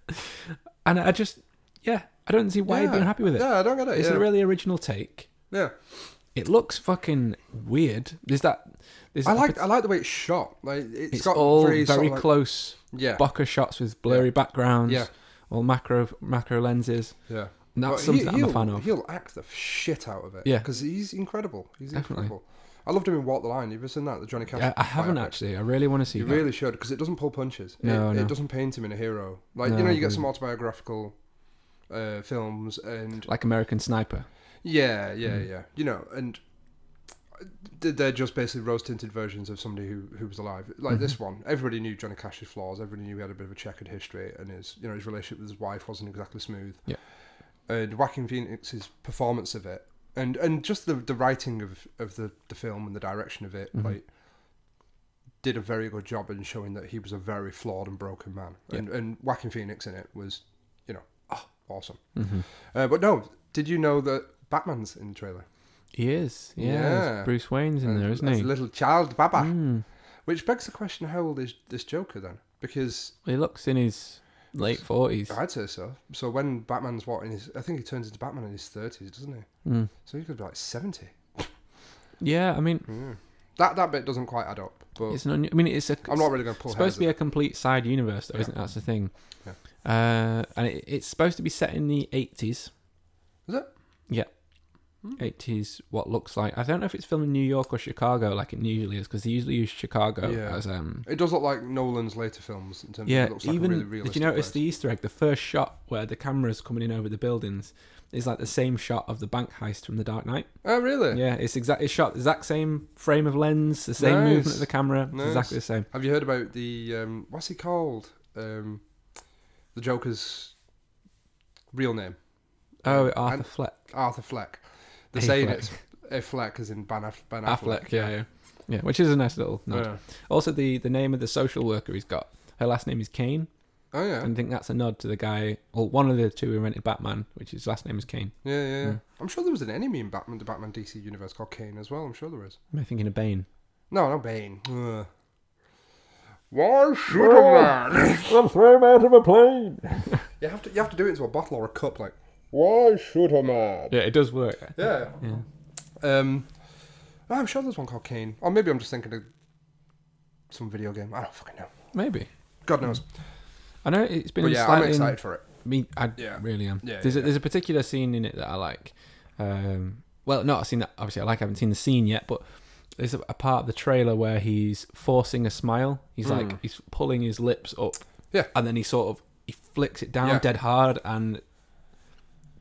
S2: and I just, yeah, I don't see why
S3: yeah.
S2: you'd be unhappy with it.
S3: Yeah, I don't get it.
S2: It's
S3: yeah.
S2: a really original take.
S3: yeah.
S2: It looks fucking weird. There's that. There's
S3: I like I like the way it's shot. Like it's
S2: It's
S3: got
S2: all
S3: very,
S2: very,
S3: sort of like-
S2: close
S3: Yeah.
S2: bokeh shots with blurry backgrounds.
S3: Yeah.
S2: All macro macro lenses.
S3: yeah.
S2: And that's
S3: Well,
S2: something that I'm a
S3: he'll-
S2: fan of.
S3: He'll act the shit out of it.
S2: Yeah.
S3: Because he's incredible. He's
S2: Definitely.
S3: incredible. I loved him in Walk the Line. Have you ever seen that? The Johnny Cash.
S2: I, I haven't
S3: biopic?
S2: actually. I really want to see
S3: You
S2: that.
S3: really should because it doesn't pull punches. It-
S2: No,
S3: it,
S2: no.
S3: doesn't paint him in a hero. Like you
S2: No,
S3: know, you get
S2: really.
S3: some autobiographical uh, films, and
S2: like American Sniper.
S3: yeah, yeah, yeah. You know, and th- they're just basically rose tinted versions of somebody who who was alive. Like this one, everybody knew Johnny Cash's flaws. Everybody knew he had a bit of a checkered history, and his you know his relationship with his wife wasn't exactly smooth.
S2: Yeah.
S3: and Joaquin Phoenix's performance of it, and and just the the writing of of the the film and the direction of it, like did a very good job in showing that he was a very flawed and broken man. And and Whacking Phoenix in it was, you know, ah, awesome. Uh, but no, did you know that Batman's in the trailer?
S2: He is. Yeah.
S3: Yeah.
S2: Bruce Wayne's in there, isn't
S3: As
S2: he?
S3: a little child, Baba.
S2: Mm.
S3: Which begs the question: How old is this Joker then? Because
S2: He looks in his late 40s.
S3: I'd say so. So when Batman's what in his, I think he turns into Batman in his thirties, doesn't he?
S2: Mm.
S3: So he could be like seventy.
S2: Yeah, I mean,
S3: That that bit doesn't quite add up. But
S2: it's an un- I mean, it's a.
S3: I'm not really going to pull.
S2: it's supposed to be
S3: hairs
S2: a complete side universe, though,
S3: Yeah.
S2: isn't it? That's the thing. Uh, and it, it's supposed to be set in the 80s.
S3: Is it? Hmm.
S2: Yeah. 80s, what looks like. I don't know if it's filmed in New York or Chicago, like it usually is, because they usually use Chicago
S3: Yeah.
S2: as um,
S3: It does look like Nolan's later films in terms
S2: Yeah,
S3: of it looks like
S2: even
S3: a really realistic
S2: did you notice
S3: place.
S2: the Easter egg? The first shot where the camera's coming in over the buildings is like the same shot of the bank heist from The Dark Knight.
S3: Oh really?
S2: Yeah, it's exact. It's shot the exact same frame of lens, the same movement
S3: Nice.
S2: of the camera, it's
S3: Nice.
S2: exactly the same.
S3: Have you heard about the um, what's he called? Um, the Joker's real name,
S2: Oh, Arthur
S3: And-
S2: Fleck.
S3: Arthur Fleck. They're
S2: A
S3: saying
S2: Fleck.
S3: it's a Fleck, as in Ben, Aff- ben Affleck.
S2: Affleck, yeah, yeah, yeah, which is a nice little nod.
S3: Yeah.
S2: Also, the the name of the social worker he's got. Her last name is Kane,
S3: Oh yeah.
S2: And I think that's a nod to the guy, well, one of the two who invented Batman, which his last name is Kane.
S3: yeah, yeah, yeah.
S2: Yeah.
S3: I'm sure there was an enemy in Batman, the Batman DC universe called Kane as well. I'm sure there is.
S2: Am I thinking of Bane?
S3: No, not Bane. Ugh. Why should a man?
S1: I'm thrown out of a plane.
S3: You have to, you have to do it into a bottle or a cup, like. Why should a man?
S2: Yeah, it does work.
S3: Yeah.
S2: Yeah.
S3: Um, oh, I'm sure there's one called Kane, or maybe I'm just thinking of some video game. I don't fucking know.
S2: Maybe.
S3: God knows.
S2: I know it's been
S3: But yeah, I'm
S2: slightly-
S3: excited for it.
S2: Me, I
S3: Yeah.
S2: really am.
S3: Yeah,
S2: there's
S3: yeah,
S2: a, there's a particular scene in it that I like. Um, well, not a scene that obviously I like. I haven't seen the scene yet, but there's a, a part of the trailer where he's forcing a smile. He's like he's pulling his lips up.
S3: Mm. Yeah.
S2: And then he sort of he flicks it down
S3: Yeah.
S2: dead hard, and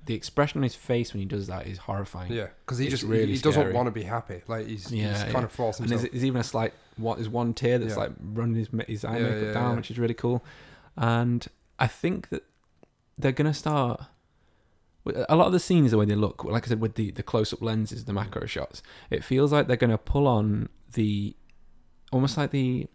S2: the expression on his face when he does that is horrifying.
S3: Yeah, because he
S2: It's
S3: just he-
S2: really
S3: he,
S2: scary.
S3: doesn't want to be happy. Like he's,
S2: Yeah,
S3: he's
S2: yeah.
S3: kind of forced
S2: And
S3: himself.
S2: there's, there's even a slight what is one tear that's
S3: Yeah.
S2: like running his ma- his eye
S3: Yeah,
S2: makeup
S3: yeah,
S2: down,
S3: yeah.
S2: which is really cool. And I think that they're gonna start. with- A lot of the scenes, the way they look, like I said, with the, the close up lenses, the macro shots, it feels like they're going to pull on the almost like the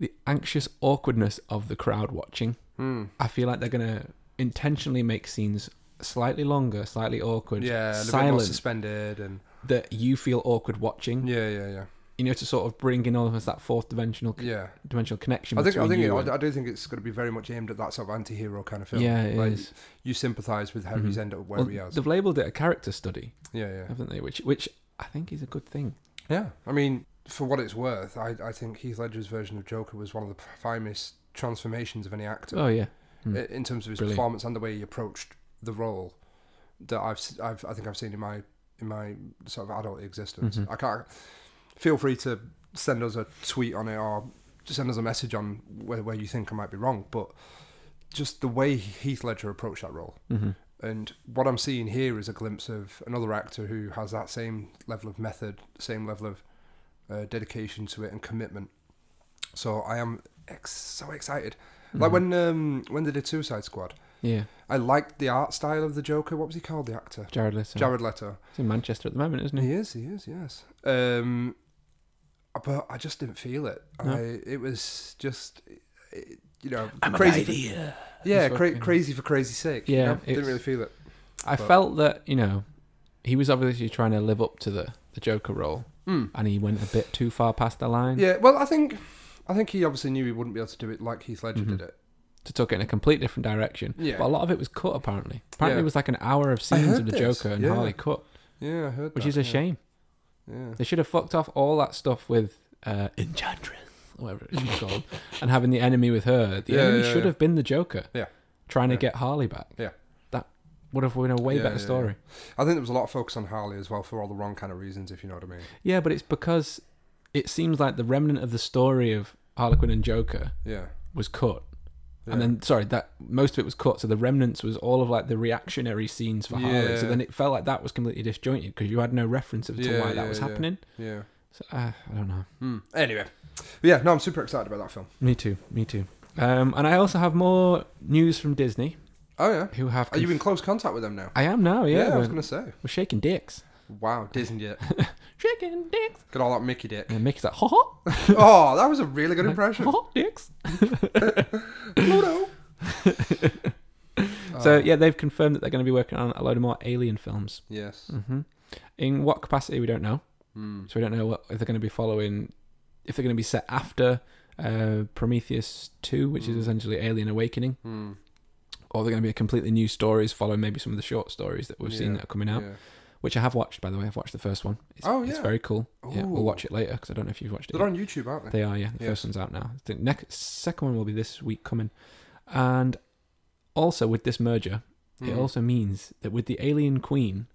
S2: the anxious awkwardness of the crowd watching.
S3: Hmm.
S2: I feel like they're going to intentionally make scenes slightly longer, slightly awkward,
S3: Yeah, and a bit more
S2: silent,
S3: suspended and
S2: that you feel awkward watching
S3: yeah, yeah, yeah,
S2: you know, to sort of bring in almost that fourth dimensional
S3: yeah.
S2: dimensional connection.
S3: I think I
S2: between
S3: think it,
S2: you and-
S3: I, I do think it's going to be very much aimed at that sort of anti-hero kind of film.
S2: yeah, it
S3: like,
S2: is. Mm-hmm.
S3: You sympathise with how he's ended up where
S2: Well,
S3: he is.
S2: they've labelled it a character study,
S3: yeah, yeah.
S2: haven't they? Which, which I think is a good thing.
S3: Yeah, I mean, for what it's worth, I, I think Heath Ledger's version of Joker was one of the finest transformations of any actor
S2: Oh yeah,
S3: i- in terms of his
S2: Brilliant.
S3: performance and the way he approached the role that I've, s- I've I think I've seen in my in my sort of adult existence. I can't feel free to send us a tweet on it or just send us a message on where, where you think I might be wrong, but just the way Heath Ledger approached that role.
S2: Mm-hmm.
S3: And what I'm seeing here is a glimpse of another actor who has that same level of method, same level of uh, dedication to it and commitment. So I am ex- so excited. Like when um, when they did Suicide Squad,
S2: Mm-hmm. yeah.
S3: I liked the art style of the Joker. What was he called, the actor?
S2: Jared Leto.
S3: Jared Leto.
S2: He's in Manchester at the moment, isn't he?
S3: He is, he is, yes. Um, but I just didn't feel it.
S2: No.
S3: I, it was just, it, you know,
S2: I'm
S3: crazy. for-
S2: idea.
S3: yeah,
S2: That's
S3: cra-
S2: what-
S3: crazy for crazy sake. you
S2: Yeah,
S3: know?
S2: it's-
S3: didn't really feel it.
S2: I
S3: But-
S2: felt that you know, he was obviously trying to live up to the the Joker role,
S3: Mm.
S2: and he went a bit too far past the line
S3: Yeah, well, I think, I think he obviously knew he wouldn't be able to do it like Heath Ledger
S2: Mm-hmm.
S3: did it.
S2: to took it in a completely different direction.
S3: Yeah.
S2: But a lot of it was cut apparently. Apparently,
S3: Yeah.
S2: it was like an hour of scenes of
S3: heard
S2: the
S3: this,
S2: Joker and
S3: yeah.
S2: Harley cut,
S3: Yeah, I heard.
S2: which
S3: that,
S2: is a
S3: yeah.
S2: shame.
S3: Yeah.
S2: They should have fucked off all that stuff with uh, Enchantress, or whatever it's called, and having the enemy with her. The
S3: Yeah,
S2: enemy
S3: yeah,
S2: should
S3: yeah.
S2: have been the Joker.
S3: Yeah.
S2: Trying
S3: Yeah.
S2: to get Harley back.
S3: Yeah.
S2: That would have been a way
S3: Yeah,
S2: better
S3: yeah, yeah.
S2: story.
S3: I think there was a lot of focus on Harley as well for all the wrong kind of reasons, if you know what I mean.
S2: Yeah. but it's because it seems like the remnant of the story of Harlequin and Joker
S3: Yeah.
S2: was cut.
S3: Yeah.
S2: And then, sorry, that most of it was cut. So the remnants was all of like the reactionary scenes for Harley. So
S3: Yeah.
S2: then it felt like that was completely disjointed because you had no reference as to
S3: Yeah,
S2: why that
S3: yeah,
S2: was
S3: yeah.
S2: happening.
S3: Yeah.
S2: So uh, I don't know.
S3: Hmm. Anyway, But yeah, no, I'm super excited about that film.
S2: Me too. Me too. Um, and I also have more news from Disney,
S3: Oh yeah.
S2: who have.
S3: Are you
S2: conf-
S3: in close contact with them now?
S2: I am now. Oh, Yeah,
S3: I
S2: we're,
S3: was gonna say.
S2: we're shaking dicks.
S3: Wow, Disney. it.
S2: Shaking dicks.
S3: Got all that Mickey dick.
S2: And Mickey's like, ha ha,
S3: oh, that was a really good impression.
S2: ha ha, dicks.
S3: Pluto.
S2: So
S3: Oh,
S2: yeah, they've confirmed that they're going to be working on a load of more Alien films.
S3: yes.
S2: hmm In what capacity we don't know.
S3: Hmm.
S2: So we don't know what if they're going to be following, if they're going to be set after uh, Prometheus Two, which is
S3: Mm.
S2: essentially Alien Awakening,
S3: Hmm.
S2: or they're going to be completely new stories following maybe some of the short stories that we've seen
S3: Yeah.
S2: that are coming out.
S3: Yeah.
S2: which I have watched by the way. I've watched the first one. It's,
S3: Oh,
S2: it's
S3: yeah.
S2: very cool. Yeah, we'll
S3: Ooh.
S2: watch it later because I don't know if you've watched it.
S3: They're
S2: yet.
S3: on YouTube, aren't they?
S2: They are, yeah. The first
S3: Yes.
S2: one's out now. The next second one will be this week coming, and also with this merger, it
S3: Hmm.
S2: also means that with the alien queen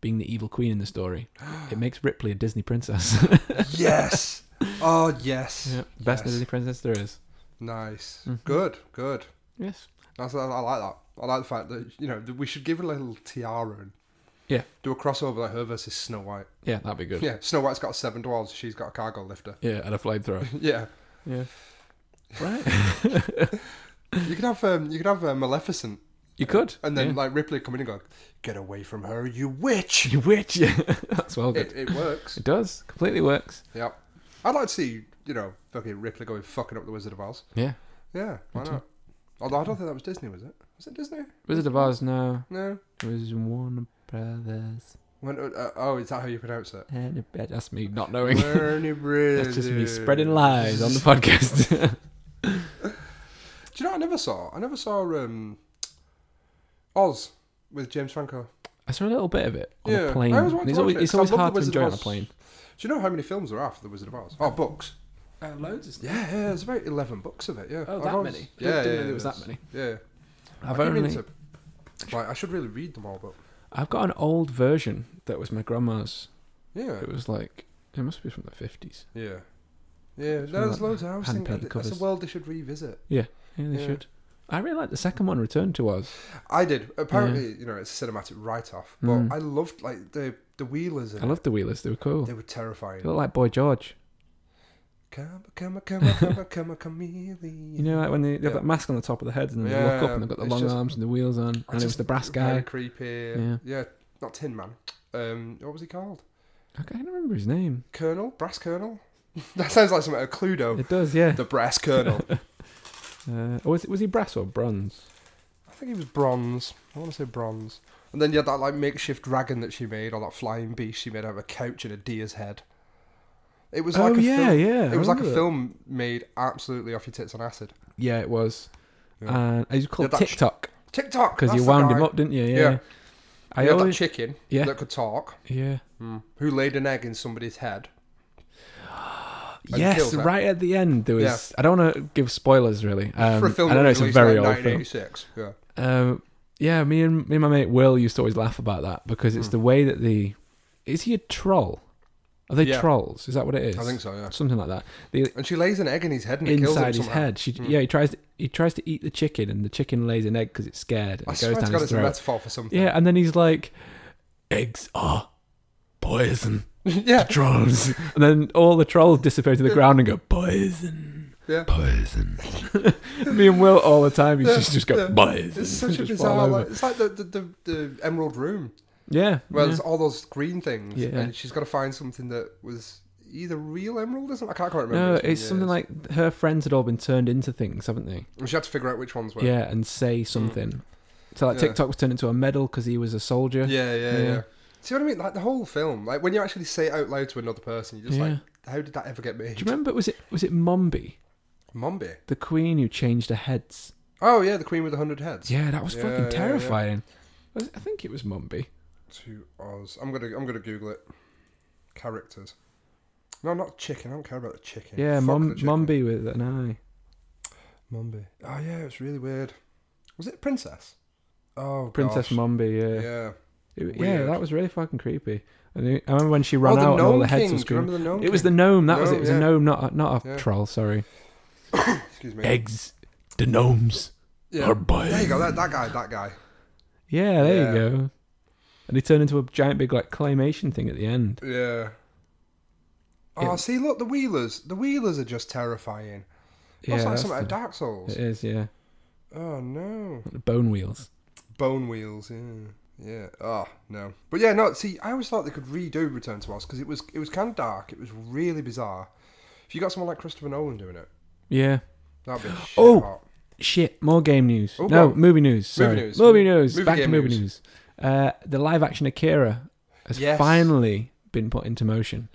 S2: being the evil queen in the story, it makes Ripley a Disney princess.
S3: yes. Oh yes.
S2: Best
S3: Yes.
S2: Disney princess there is.
S3: Nice.
S2: Mhm.
S3: Good. Good.
S2: Yes.
S3: That's, I, I like that. I like the fact that you know that we should give her a little tiara and
S2: Yeah.
S3: do a crossover like her versus Snow White.
S2: Yeah, that'd be good.
S3: Yeah, Snow White's got seven dwarves. She's got a cargo lifter.
S2: Yeah, and a flamethrower.
S3: Yeah,
S2: yeah. Right.
S3: you could have um, you could have uh, Maleficent,
S2: You could.
S3: and then
S2: yeah.
S3: like Ripley coming in and going, "Get away from her, you witch!"
S2: you witch. Yeah. That's well good.
S3: It, it works.
S2: it does. Completely works.
S3: Yep. I'd like to see you know fucking Ripley going fucking up the Wizard of Oz.
S2: Yeah.
S3: Yeah, why
S2: Me too.
S3: not? Although I don't think that was Disney, was it? Was it Disney?
S2: Wizard of Oz, no.
S3: No.
S2: It was Warner Brothers.
S3: When, uh, oh, is that how you pronounce it?
S2: And it- That's me not knowing.
S3: That's
S2: That's just me spreading lies on the podcast.
S3: Do you know what I never saw? I never saw um, Oz with James Franco.
S2: I saw a little bit of it on
S3: Yeah,
S2: a
S3: I
S2: plane.
S3: always wanted to
S2: it's
S3: watch
S2: always,
S3: it,
S2: it's
S3: 'cause I
S2: always
S3: love The
S2: hard to
S3: Wizard of
S2: enjoy on a
S3: Oz.
S2: plane.
S3: Do you know how many films are after The Wizard of Oz? Oh, books.
S2: Uh, loads.
S3: Yeah, yeah, there's about 11 books of it, yeah.
S2: Oh,
S3: I've
S2: that
S3: always-
S2: many?
S3: Yeah,
S2: Didn't
S3: yeah,
S2: know
S3: yeah,
S2: there was that
S3: there's-
S2: many.
S3: Yeah. yeah.
S2: I've
S3: I keep meaning
S2: only,
S3: to- like, I should really read them all, but...
S2: I've got an old version that was my grandma's.
S3: Yeah,
S2: It was like it must be from the fifties.
S3: yeah. Yeah,
S2: one of
S3: there's
S2: that
S3: loads of... I was thinking,
S2: hand-painted
S3: that- that's a
S2: covers.
S3: world they should revisit.
S2: Yeah, they
S3: Yeah.
S2: should. I really like the second one, Return to Oz.
S3: I did. Apparently, you know, it's a cinematic write-off, but
S2: Mm.
S3: I loved, like, the, the wheelers in
S2: I loved the Wheelers; they were cool.
S3: it.
S2: They
S3: They were terrifying.
S2: look like Boy George.
S3: Come, come, come, come, come, chameleon.
S2: You know, like when they, they have
S3: Yeah.
S2: that mask on the top of the head, and then they
S3: Yeah,
S2: look up and they've got the
S3: it's
S2: long
S3: just-
S2: arms and the wheels on,
S3: I
S2: and it was
S3: just-
S2: the brass
S3: Very
S2: guy.
S3: creepy.
S2: Yeah.
S3: Yeah. not Tin Man. Um, what was he called?
S2: I can't remember his name.
S3: Colonel? Brass Colonel? that sounds like something out of Cluedo.
S2: It does, yeah.
S3: The Brass Colonel.
S2: Uh, or was it was he brass or bronze?
S3: I think he was bronze. I want to say bronze. And then you had that like makeshift dragon that she made, or that flying beast she made out of a couch and a deer's head. It was like
S2: oh
S3: a
S2: yeah,
S3: film.
S2: yeah. I
S3: It was like a
S2: remember that.
S3: film made absolutely off your tits on acid.
S2: Yeah, it was.
S3: Yeah.
S2: And it was called
S3: Yeah, that sh-
S2: TikTok
S3: TikTok.
S2: because you
S3: that's the
S2: wound
S3: guy.
S2: him up, didn't you? Yeah.
S3: Yeah.
S2: I
S3: you had
S2: always,
S3: that chicken
S2: yeah.
S3: that could talk, hmm,
S2: yeah.
S3: who laid an egg in somebody's head. and
S2: Yes,
S3: killed that.
S2: right at the end there was. I don't want to give spoilers really. Um,
S3: for a film
S2: I
S3: that
S2: don't know
S3: was
S2: it's a
S3: released
S2: very
S3: in like
S2: old film.
S3: 1986. Yeah.
S2: Um, yeah, me and me and my mate Will used to always laugh about that because
S3: Hmm.
S2: it's the way that the is he a troll? Are they
S3: Yeah.
S2: trolls? Is that what it is?
S3: I think so, yeah.
S2: Something like that. The
S3: And she lays an egg in his head and it kills him
S2: inside his
S3: somehow. Hmm.
S2: head. She, Yeah, he tries to he tries to eat the chicken, and the chicken lays an egg because it's scared and
S3: I
S2: it
S3: swear
S2: goes
S3: to
S2: down
S3: God,
S2: his
S3: it's a
S2: throat.
S3: metaphor for something.
S2: Yeah, and then he's like, "Eggs are poison,
S3: yeah,
S2: trolls," and then all the trolls disappear to the ground and go poison.
S3: yeah.
S2: Poison. Me and Will all the time. He's
S3: Yeah,
S2: just, just go
S3: yeah.
S2: poison.
S3: It's such a
S2: Just fall
S3: bizarre.
S2: over.
S3: Like, it's like the, the, the, the Emerald Room,
S2: yeah.
S3: where
S2: yeah.
S3: there's all those green things,
S2: Yeah.
S3: and she's got to find something that was either real emerald or something. I can't quite remember.
S2: No,
S3: been
S2: it's something
S3: years.
S2: like her friends had all been turned into things, haven't they?
S3: And she had to figure out which ones were.
S2: Yeah, and say something. So like
S3: Mm. Yeah.
S2: TikTok was turned into a medal because he was a soldier.
S3: yeah, yeah,
S2: Yeah.
S3: yeah. See what I mean? Like the whole film, like when you actually say it out loud to another person, you're just like, "How did that ever get
S2: Do
S3: made?"
S2: you remember? Was it was it Mombi,
S3: Mombi.
S2: the queen who changed her heads?
S3: Oh yeah, the Queen with a hundred heads.
S2: Yeah, that was
S3: Yeah, yeah,
S2: fucking
S3: yeah.
S2: terrifying. Was- I think it was Mombi.
S3: To Oz, I'm gonna I'm gonna Google it. Characters. No, not chicken. I don't care about the chicken.
S2: Yeah,
S3: Fuck
S2: Mom,
S3: the chicken.
S2: Mombi with an eye.
S3: Mumby. Oh yeah, it's really weird. Was it a princess? Oh,
S2: Princess
S3: gosh.
S2: Mombi. Yeah, yeah.
S3: Yeah.
S2: It, yeah,
S3: Weird.
S2: that was really fucking creepy. And I- I remember when she ran
S3: oh, the
S2: out and all
S3: gnome
S2: the heads were
S3: king. Do you
S2: screaming.
S3: remember the gnome?
S2: It was the gnome. That was it.
S3: Gnome,
S2: It was a
S3: yeah.
S2: gnome, not a, not a
S3: Yeah.
S2: troll. Sorry.
S3: king. Excuse me.
S2: Eggs, the gnomes.
S3: Yeah.
S2: Or boy.
S3: There you go. That, that guy. That guy.
S2: Yeah, there
S3: Yeah.
S2: you go. And he turned into a giant big like claymation thing at the end.
S3: Yeah. Oh,
S2: It-
S3: see, look, the wheelers. The wheelers are just terrifying.
S2: Yeah,
S3: Looks like
S2: that's
S3: something out of
S2: the-
S3: Dark Souls.
S2: it is. Yeah,
S3: Oh no.
S2: bone wheels.
S3: Bone wheels. Yeah. Yeah. Oh no. But yeah, no. See, I always thought they could redo Return to Oz because it was it was kind of dark. It was really bizarre. If you got someone like Christopher Nolan doing it,
S2: Yeah.
S3: that'd be shit
S2: Oh,
S3: hot.
S2: Shit. More game news.
S3: Oh,
S2: no,
S3: go on.
S2: movie news. Sorry.
S3: Movie news.
S2: Movie news.
S3: Movie
S2: Back to
S3: game
S2: movie news.
S3: news.
S2: Uh, the live action Akira has
S3: Yes.
S2: finally been put into motion.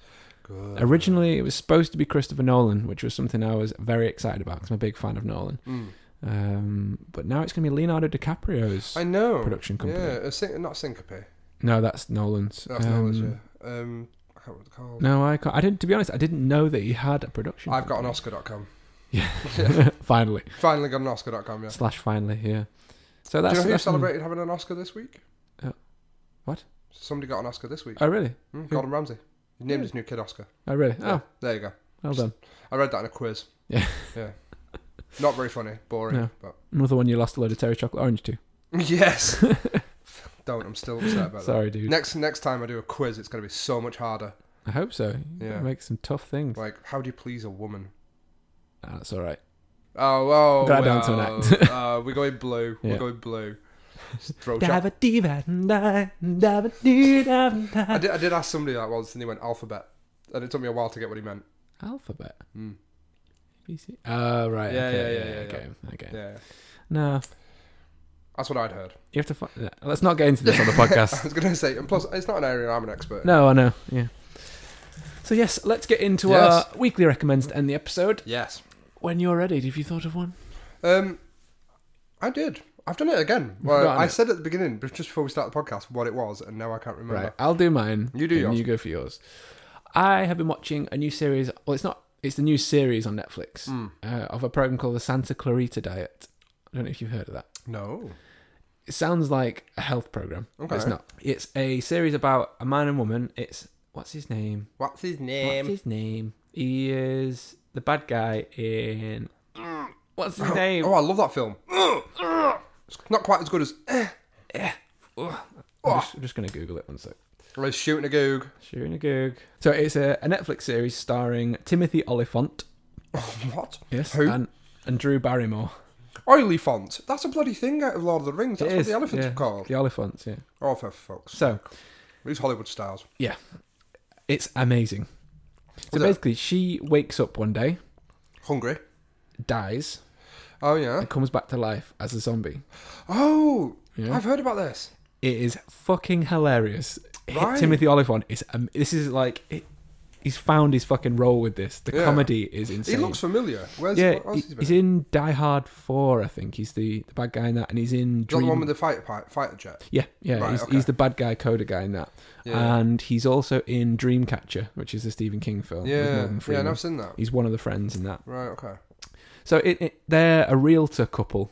S3: Good.
S2: Originally, it was supposed to be Christopher Nolan, which was something I was very excited about because I'm a big fan of Nolan.
S3: Mm.
S2: Um, but now it's going to be Leonardo DiCaprio's.
S3: I know.
S2: production company.
S3: Yeah, a syn- not syncope.
S2: No, that's Nolan's.
S3: That's
S2: Um,
S3: knowledge, yeah. Um, I can't remember the call.
S2: No, I can't. I didn't. To be honest, I didn't know that he had a production.
S3: I've got
S2: company.
S3: an Oscar.com.
S2: finally,
S3: Finally got an Oscar.com, yeah.
S2: slash finally, yeah. So
S3: Do
S2: that's
S3: you know who
S2: that's one-
S3: celebrated having an Oscar this week?
S2: Uh, what?
S3: Somebody got an Oscar this week.
S2: Oh really?
S3: Mm, Gordon Ramsay. He named his new kid Oscar.
S2: Oh really?
S3: Yeah,
S2: Oh,
S3: There you go.
S2: well done.
S3: I read that in a quiz.
S2: Yeah.
S3: Yeah. Not very funny. Boring.
S2: No.
S3: But
S2: Another one you lost a load of Terry chocolate orange to.
S3: Yes. Don't. I'm still upset about
S2: Sorry,
S3: that.
S2: dude.
S3: Next next time I do a quiz, it's going to be so much harder.
S2: I hope so.
S3: Yeah.
S2: Yeah. Make some tough things.
S3: Like, how do you please a woman?
S2: Ah, that's all right.
S3: Oh, oh.
S2: Got down to an
S3: well,
S2: act.
S3: uh, we're going blue.
S2: Yeah.
S3: We're going blue. Just Throw shop. I
S2: Alphabet.
S3: did, I did ask somebody that once, and they went alphabet, and it took me a while to get what he meant. Hmm.
S2: Mm. Oh right. okay,
S3: Yeah,
S2: Oh,
S3: yeah, yeah, yeah,
S2: okay. Okay.
S3: Yeah,
S2: No,
S3: That's what I'd heard.
S2: you have to. Find, let's not get into this on the podcast.
S3: I was going to say, and plus, it's not an area I'm an expert. in.
S2: No, I know. Yeah. So yes, let's get into
S3: Yes.
S2: our weekly recommends to end the episode.
S3: Yes.
S2: When you're ready, have you thought of one?
S3: Um, I did. I've done it again. Well,
S2: forgotten
S3: I
S2: it.
S3: said at the beginning, but just before we start the podcast, what it was, and now I can't remember.
S2: Right, I'll do mine.
S3: You do
S2: and
S3: yours.
S2: You go for yours. I have been watching a new series. Well, it's not. It's the new series on Netflix
S3: Hmm.
S2: uh, of a program called the Santa Clarita Diet. I don't know if you've heard of that.
S3: No.
S2: It sounds like a health program. but It's
S3: Okay.
S2: not. It's a series about a man and woman. It's what's his name?
S3: What's his
S2: What's his name? He is the bad guy in. What's his name?
S3: Oh, I love that film. it's not quite as good as eh,
S2: I'm just, I'm just going to Google it one sec.
S3: or as oh, shooting a goog.
S2: Shooting a goog. So it's a, a Netflix series starring Timothy Oliphant.
S3: What?
S2: Yes.
S3: Who?
S2: And, and Drew Barrymore.
S3: Oily font. That's a bloody thing out of Lord of the Rings. That's
S2: It
S3: what
S2: is,
S3: the elephants
S2: yeah.
S3: are called.
S2: The Oliphants, yeah.
S3: Oh, for folks.
S2: So,
S3: These Hollywood stars.
S2: yeah. It's amazing. So
S3: Is it?
S2: basically, she wakes up one day,
S3: Hungry.
S2: dies,
S3: Oh, yeah.
S2: and comes back to life as a zombie.
S3: Oh,
S2: Yeah.
S3: I've heard about this.
S2: It is fucking hilarious. Hi-
S3: Right.
S2: Timothy Oliphant is. Um, this is like. It, he's found his fucking role with this. The
S3: Yeah.
S2: comedy is insane.
S3: He looks familiar. Where's
S2: yeah,
S3: what else
S2: he-
S3: has he been
S2: he's
S3: in?
S2: in Die Hard Four, I think. He's the, the bad guy in that, and he's in
S3: Is that
S2: Dream.
S3: the one with the fighter, pi- fighter jet?
S2: Yeah, yeah,
S3: Right,
S2: he's,
S3: okay.
S2: he's the bad guy, coda guy in that,
S3: Yeah.
S2: and he's also in Dreamcatcher, which is the Stephen King film. with
S3: Yeah,
S2: Morgan
S3: yeah,
S2: Freeman.
S3: and I've seen that.
S2: he's one of the friends in that.
S3: Right, okay.
S2: So it, it, they're a realtor couple.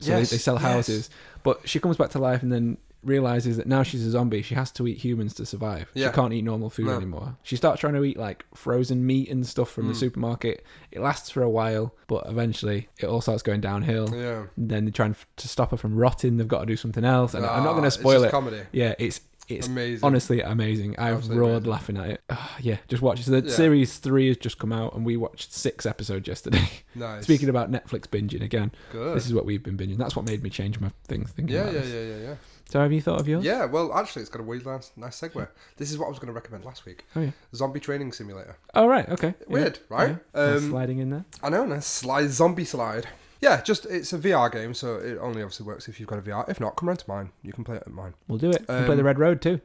S2: So
S3: Yes,
S2: they, they sell
S3: yes.
S2: houses, but she comes back to life and then realizes that now she's a zombie. She has to eat humans to survive.
S3: Yeah.
S2: She can't eat normal food
S3: No.
S2: anymore. She starts trying to eat like frozen meat and stuff from
S3: Hmm.
S2: the supermarket. It lasts for a while, but eventually it all starts going downhill.
S3: Yeah.
S2: And then they're trying to stop her from rotting. They've got to do something else, and I'm not
S3: Ah,
S2: going to
S3: it's
S2: spoil
S3: just
S2: it.
S3: comedy.
S2: Yeah, it's it's
S3: Amazing.
S2: honestly amazing. I've
S3: Absolutely
S2: roared
S3: amazing.
S2: laughing at it. Ah, yeah, just watch it. So the
S3: Yeah.
S2: series three has just come out, and we watched six episodes yesterday.
S3: Nice.
S2: Speaking about Netflix binging again,
S3: Good.
S2: this is what we've been binging. That's what made me change my things. Thinking
S3: yeah,
S2: about
S3: yeah,
S2: this.
S3: yeah, yeah, yeah.
S2: So have you thought of yours?
S3: Yeah, well, actually, it's got a weird, nice, nice segue. This is what I was going to recommend last week
S2: Oh yeah.
S3: Zombie Training Simulator.
S2: Oh right. Okay. Yeah.
S3: Weird, right?
S2: Yeah. Nice
S3: Um,
S2: sliding in there.
S3: I know, nice slide, zombie slide. Yeah, just it's a VR game, so it only obviously works if you've got a VR. If not, come round to mine. You can play it at mine.
S2: We'll do it. We can play
S3: um,
S2: the Red Road too.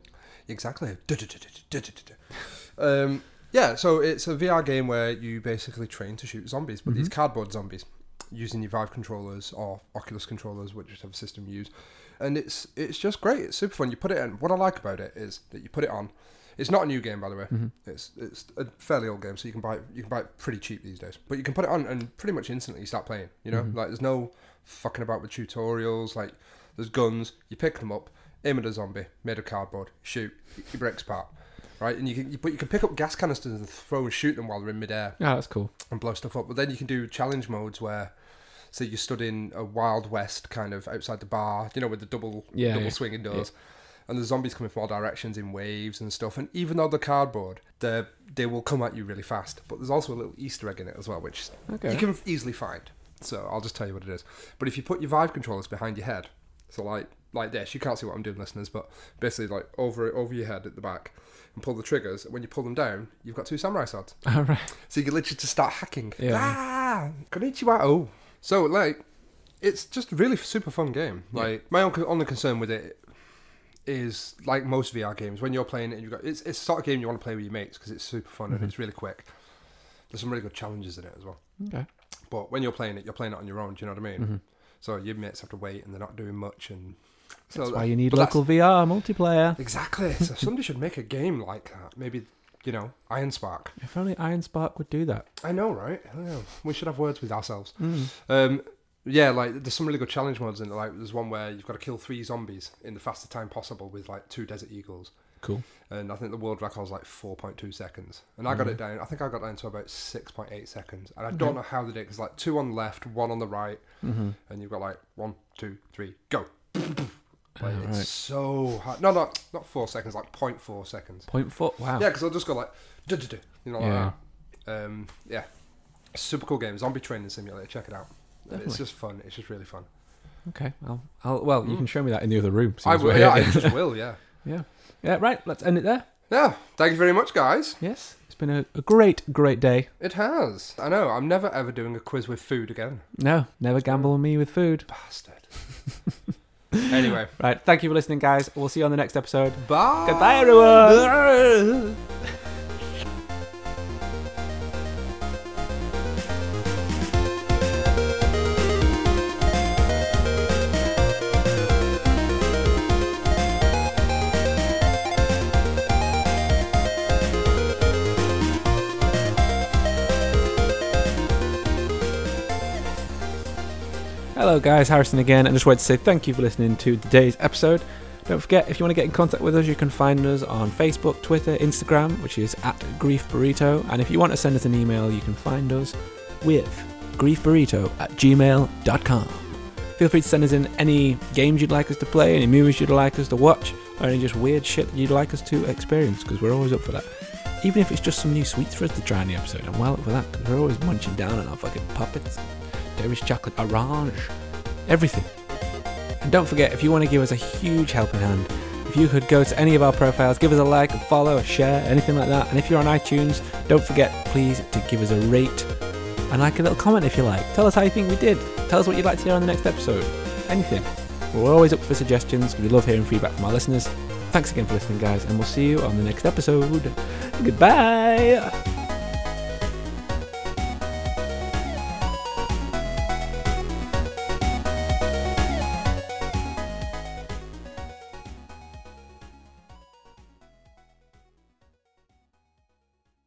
S3: Exactly. Du-du-du-du-du-du-du-du. um, yeah, so it's a VR game where you basically train to shoot zombies, but these cardboard zombies using your Vive controllers or Oculus controllers, whichever system you use. And it's it's just great. It's super fun. You put it in. What I like about it is that you put it on. It's not a new game, by the way. It's it's a fairly old game, so you can buy it, you can buy it pretty cheap these days. But you can put it on and pretty much instantly you start playing. You know, like there's no fucking about with tutorials. Like there's guns. You pick them up, aim at a zombie made of cardboard, shoot, he breaks apart, right? And you can, you, but you can pick up gas canisters and throw and shoot them while they're in midair
S2: Oh, that's cool.
S3: and blow stuff up. But then you can do challenge modes where, say, you stood in a Wild West kind of outside the bar, you know, with the double
S2: Yeah,
S3: double
S2: yeah.
S3: swinging doors, and the zombies coming from all directions in waves and stuff. And even though they're cardboard, they they will come at you really fast. But there's also a little Easter egg in it as well, which
S2: Okay.
S3: you can easily find. So I'll just tell you what it is. But if you put your Vive controllers behind your head, so like like this, you can't see what I'm doing, listeners, but basically like over over your head at the back, and pull the triggers. When you pull them down, you've got two samurai swords.
S2: All right.
S3: So you can literally just start hacking.
S2: Yeah.
S3: Ah, konnichiwa. Oh. So, like, it's just a really super fun game. Like, my only, only concern with it is, like most VR games, when you're playing it, and you've got, it's, it's the sort of game you want to play with your mates because it's super fun
S2: Mm-hmm.
S3: and it's really quick. There's some really good challenges in it as well.
S2: Okay. Mm-hmm.
S3: But when you're playing it, you're playing it on your own. Do you know what I mean? So your mates have to wait and they're not doing much. And so
S2: That's why you need
S3: but that's-
S2: local VR multiplayer.
S3: Exactly. So somebody should make a game like that. Maybe, you know, Iron Spark.
S2: If only Iron Spark would do that.
S3: I know, right? I know. We should have words with ourselves. Um, yeah, like there's some really good challenge modes in it. Like there's one where you've got to kill three zombies in the fastest time possible with like two desert eagles,
S2: Cool.
S3: and I think the world record was like 4.2 seconds, and I got it down. I think I got down to about 6.8 seconds, and I don't know how they did it because like two on the left, one on the right, and you've got like one, two, three, go. Like,
S2: right.
S3: It's so hard. No, not not four seconds. Like 0.4 seconds.
S2: Point four. Wow.
S3: Yeah, because I'll just go like, duh, duh, duh, you know, like
S2: Yeah.
S3: that. Um, yeah. Super cool game. Zombie Training Simulator. Check it out. It's
S2: Definitely.
S3: just fun. It's just really fun.
S2: Okay. I'll, I'll, well, you can show me that in the other room.
S3: Mm. I
S2: since
S3: will.
S2: we're
S3: Yeah, I
S2: here.
S3: just will. Yeah.
S2: yeah. Yeah. Right. Let's end it there.
S3: Yeah. Thank you very much, guys.
S2: Yes.
S3: It's
S2: been a, a great, great day.
S3: It has. I know. I'm never ever doing a quiz with food again.
S2: No, never gamble on me with food.
S3: Bastard. anyway,
S2: Right, thank you for listening, guys. We'll see you on the next episode.
S3: bye.
S2: Goodbye, everyone. Hello, guys. Harrison again, and just wanted to say thank you for listening to today's episode. Don't forget, if you want to get in contact with us, you can find us on Facebook, Twitter, Instagram, which is at Grief Burrito. And if you want to send us an email, you can find us with griefburrito at gmail.com. Feel free to send us in any games you'd like us to play, any movies you'd like us to watch, or any just weird shit that you'd like us to experience, because we're always up for that. Even if it's just some new sweets for us to try in the episode, I'm well up for that, because we're always munching down on our fucking puppets, Danish chocolate, orange, everything. And don't forget, if you want to give us a huge helping hand, if you could go to any of our profiles, give us a like, a follow, a share, anything like that. And if you're on iTunes, don't forget, please, to give us a rate and like a little comment if you like. Tell us how you think we did. Tell us what you'd like to hear on the next episode. Anything. We're always up for suggestions. We love hearing feedback from our listeners. Thanks again for listening, guys, and we'll see you on the next episode. Goodbye.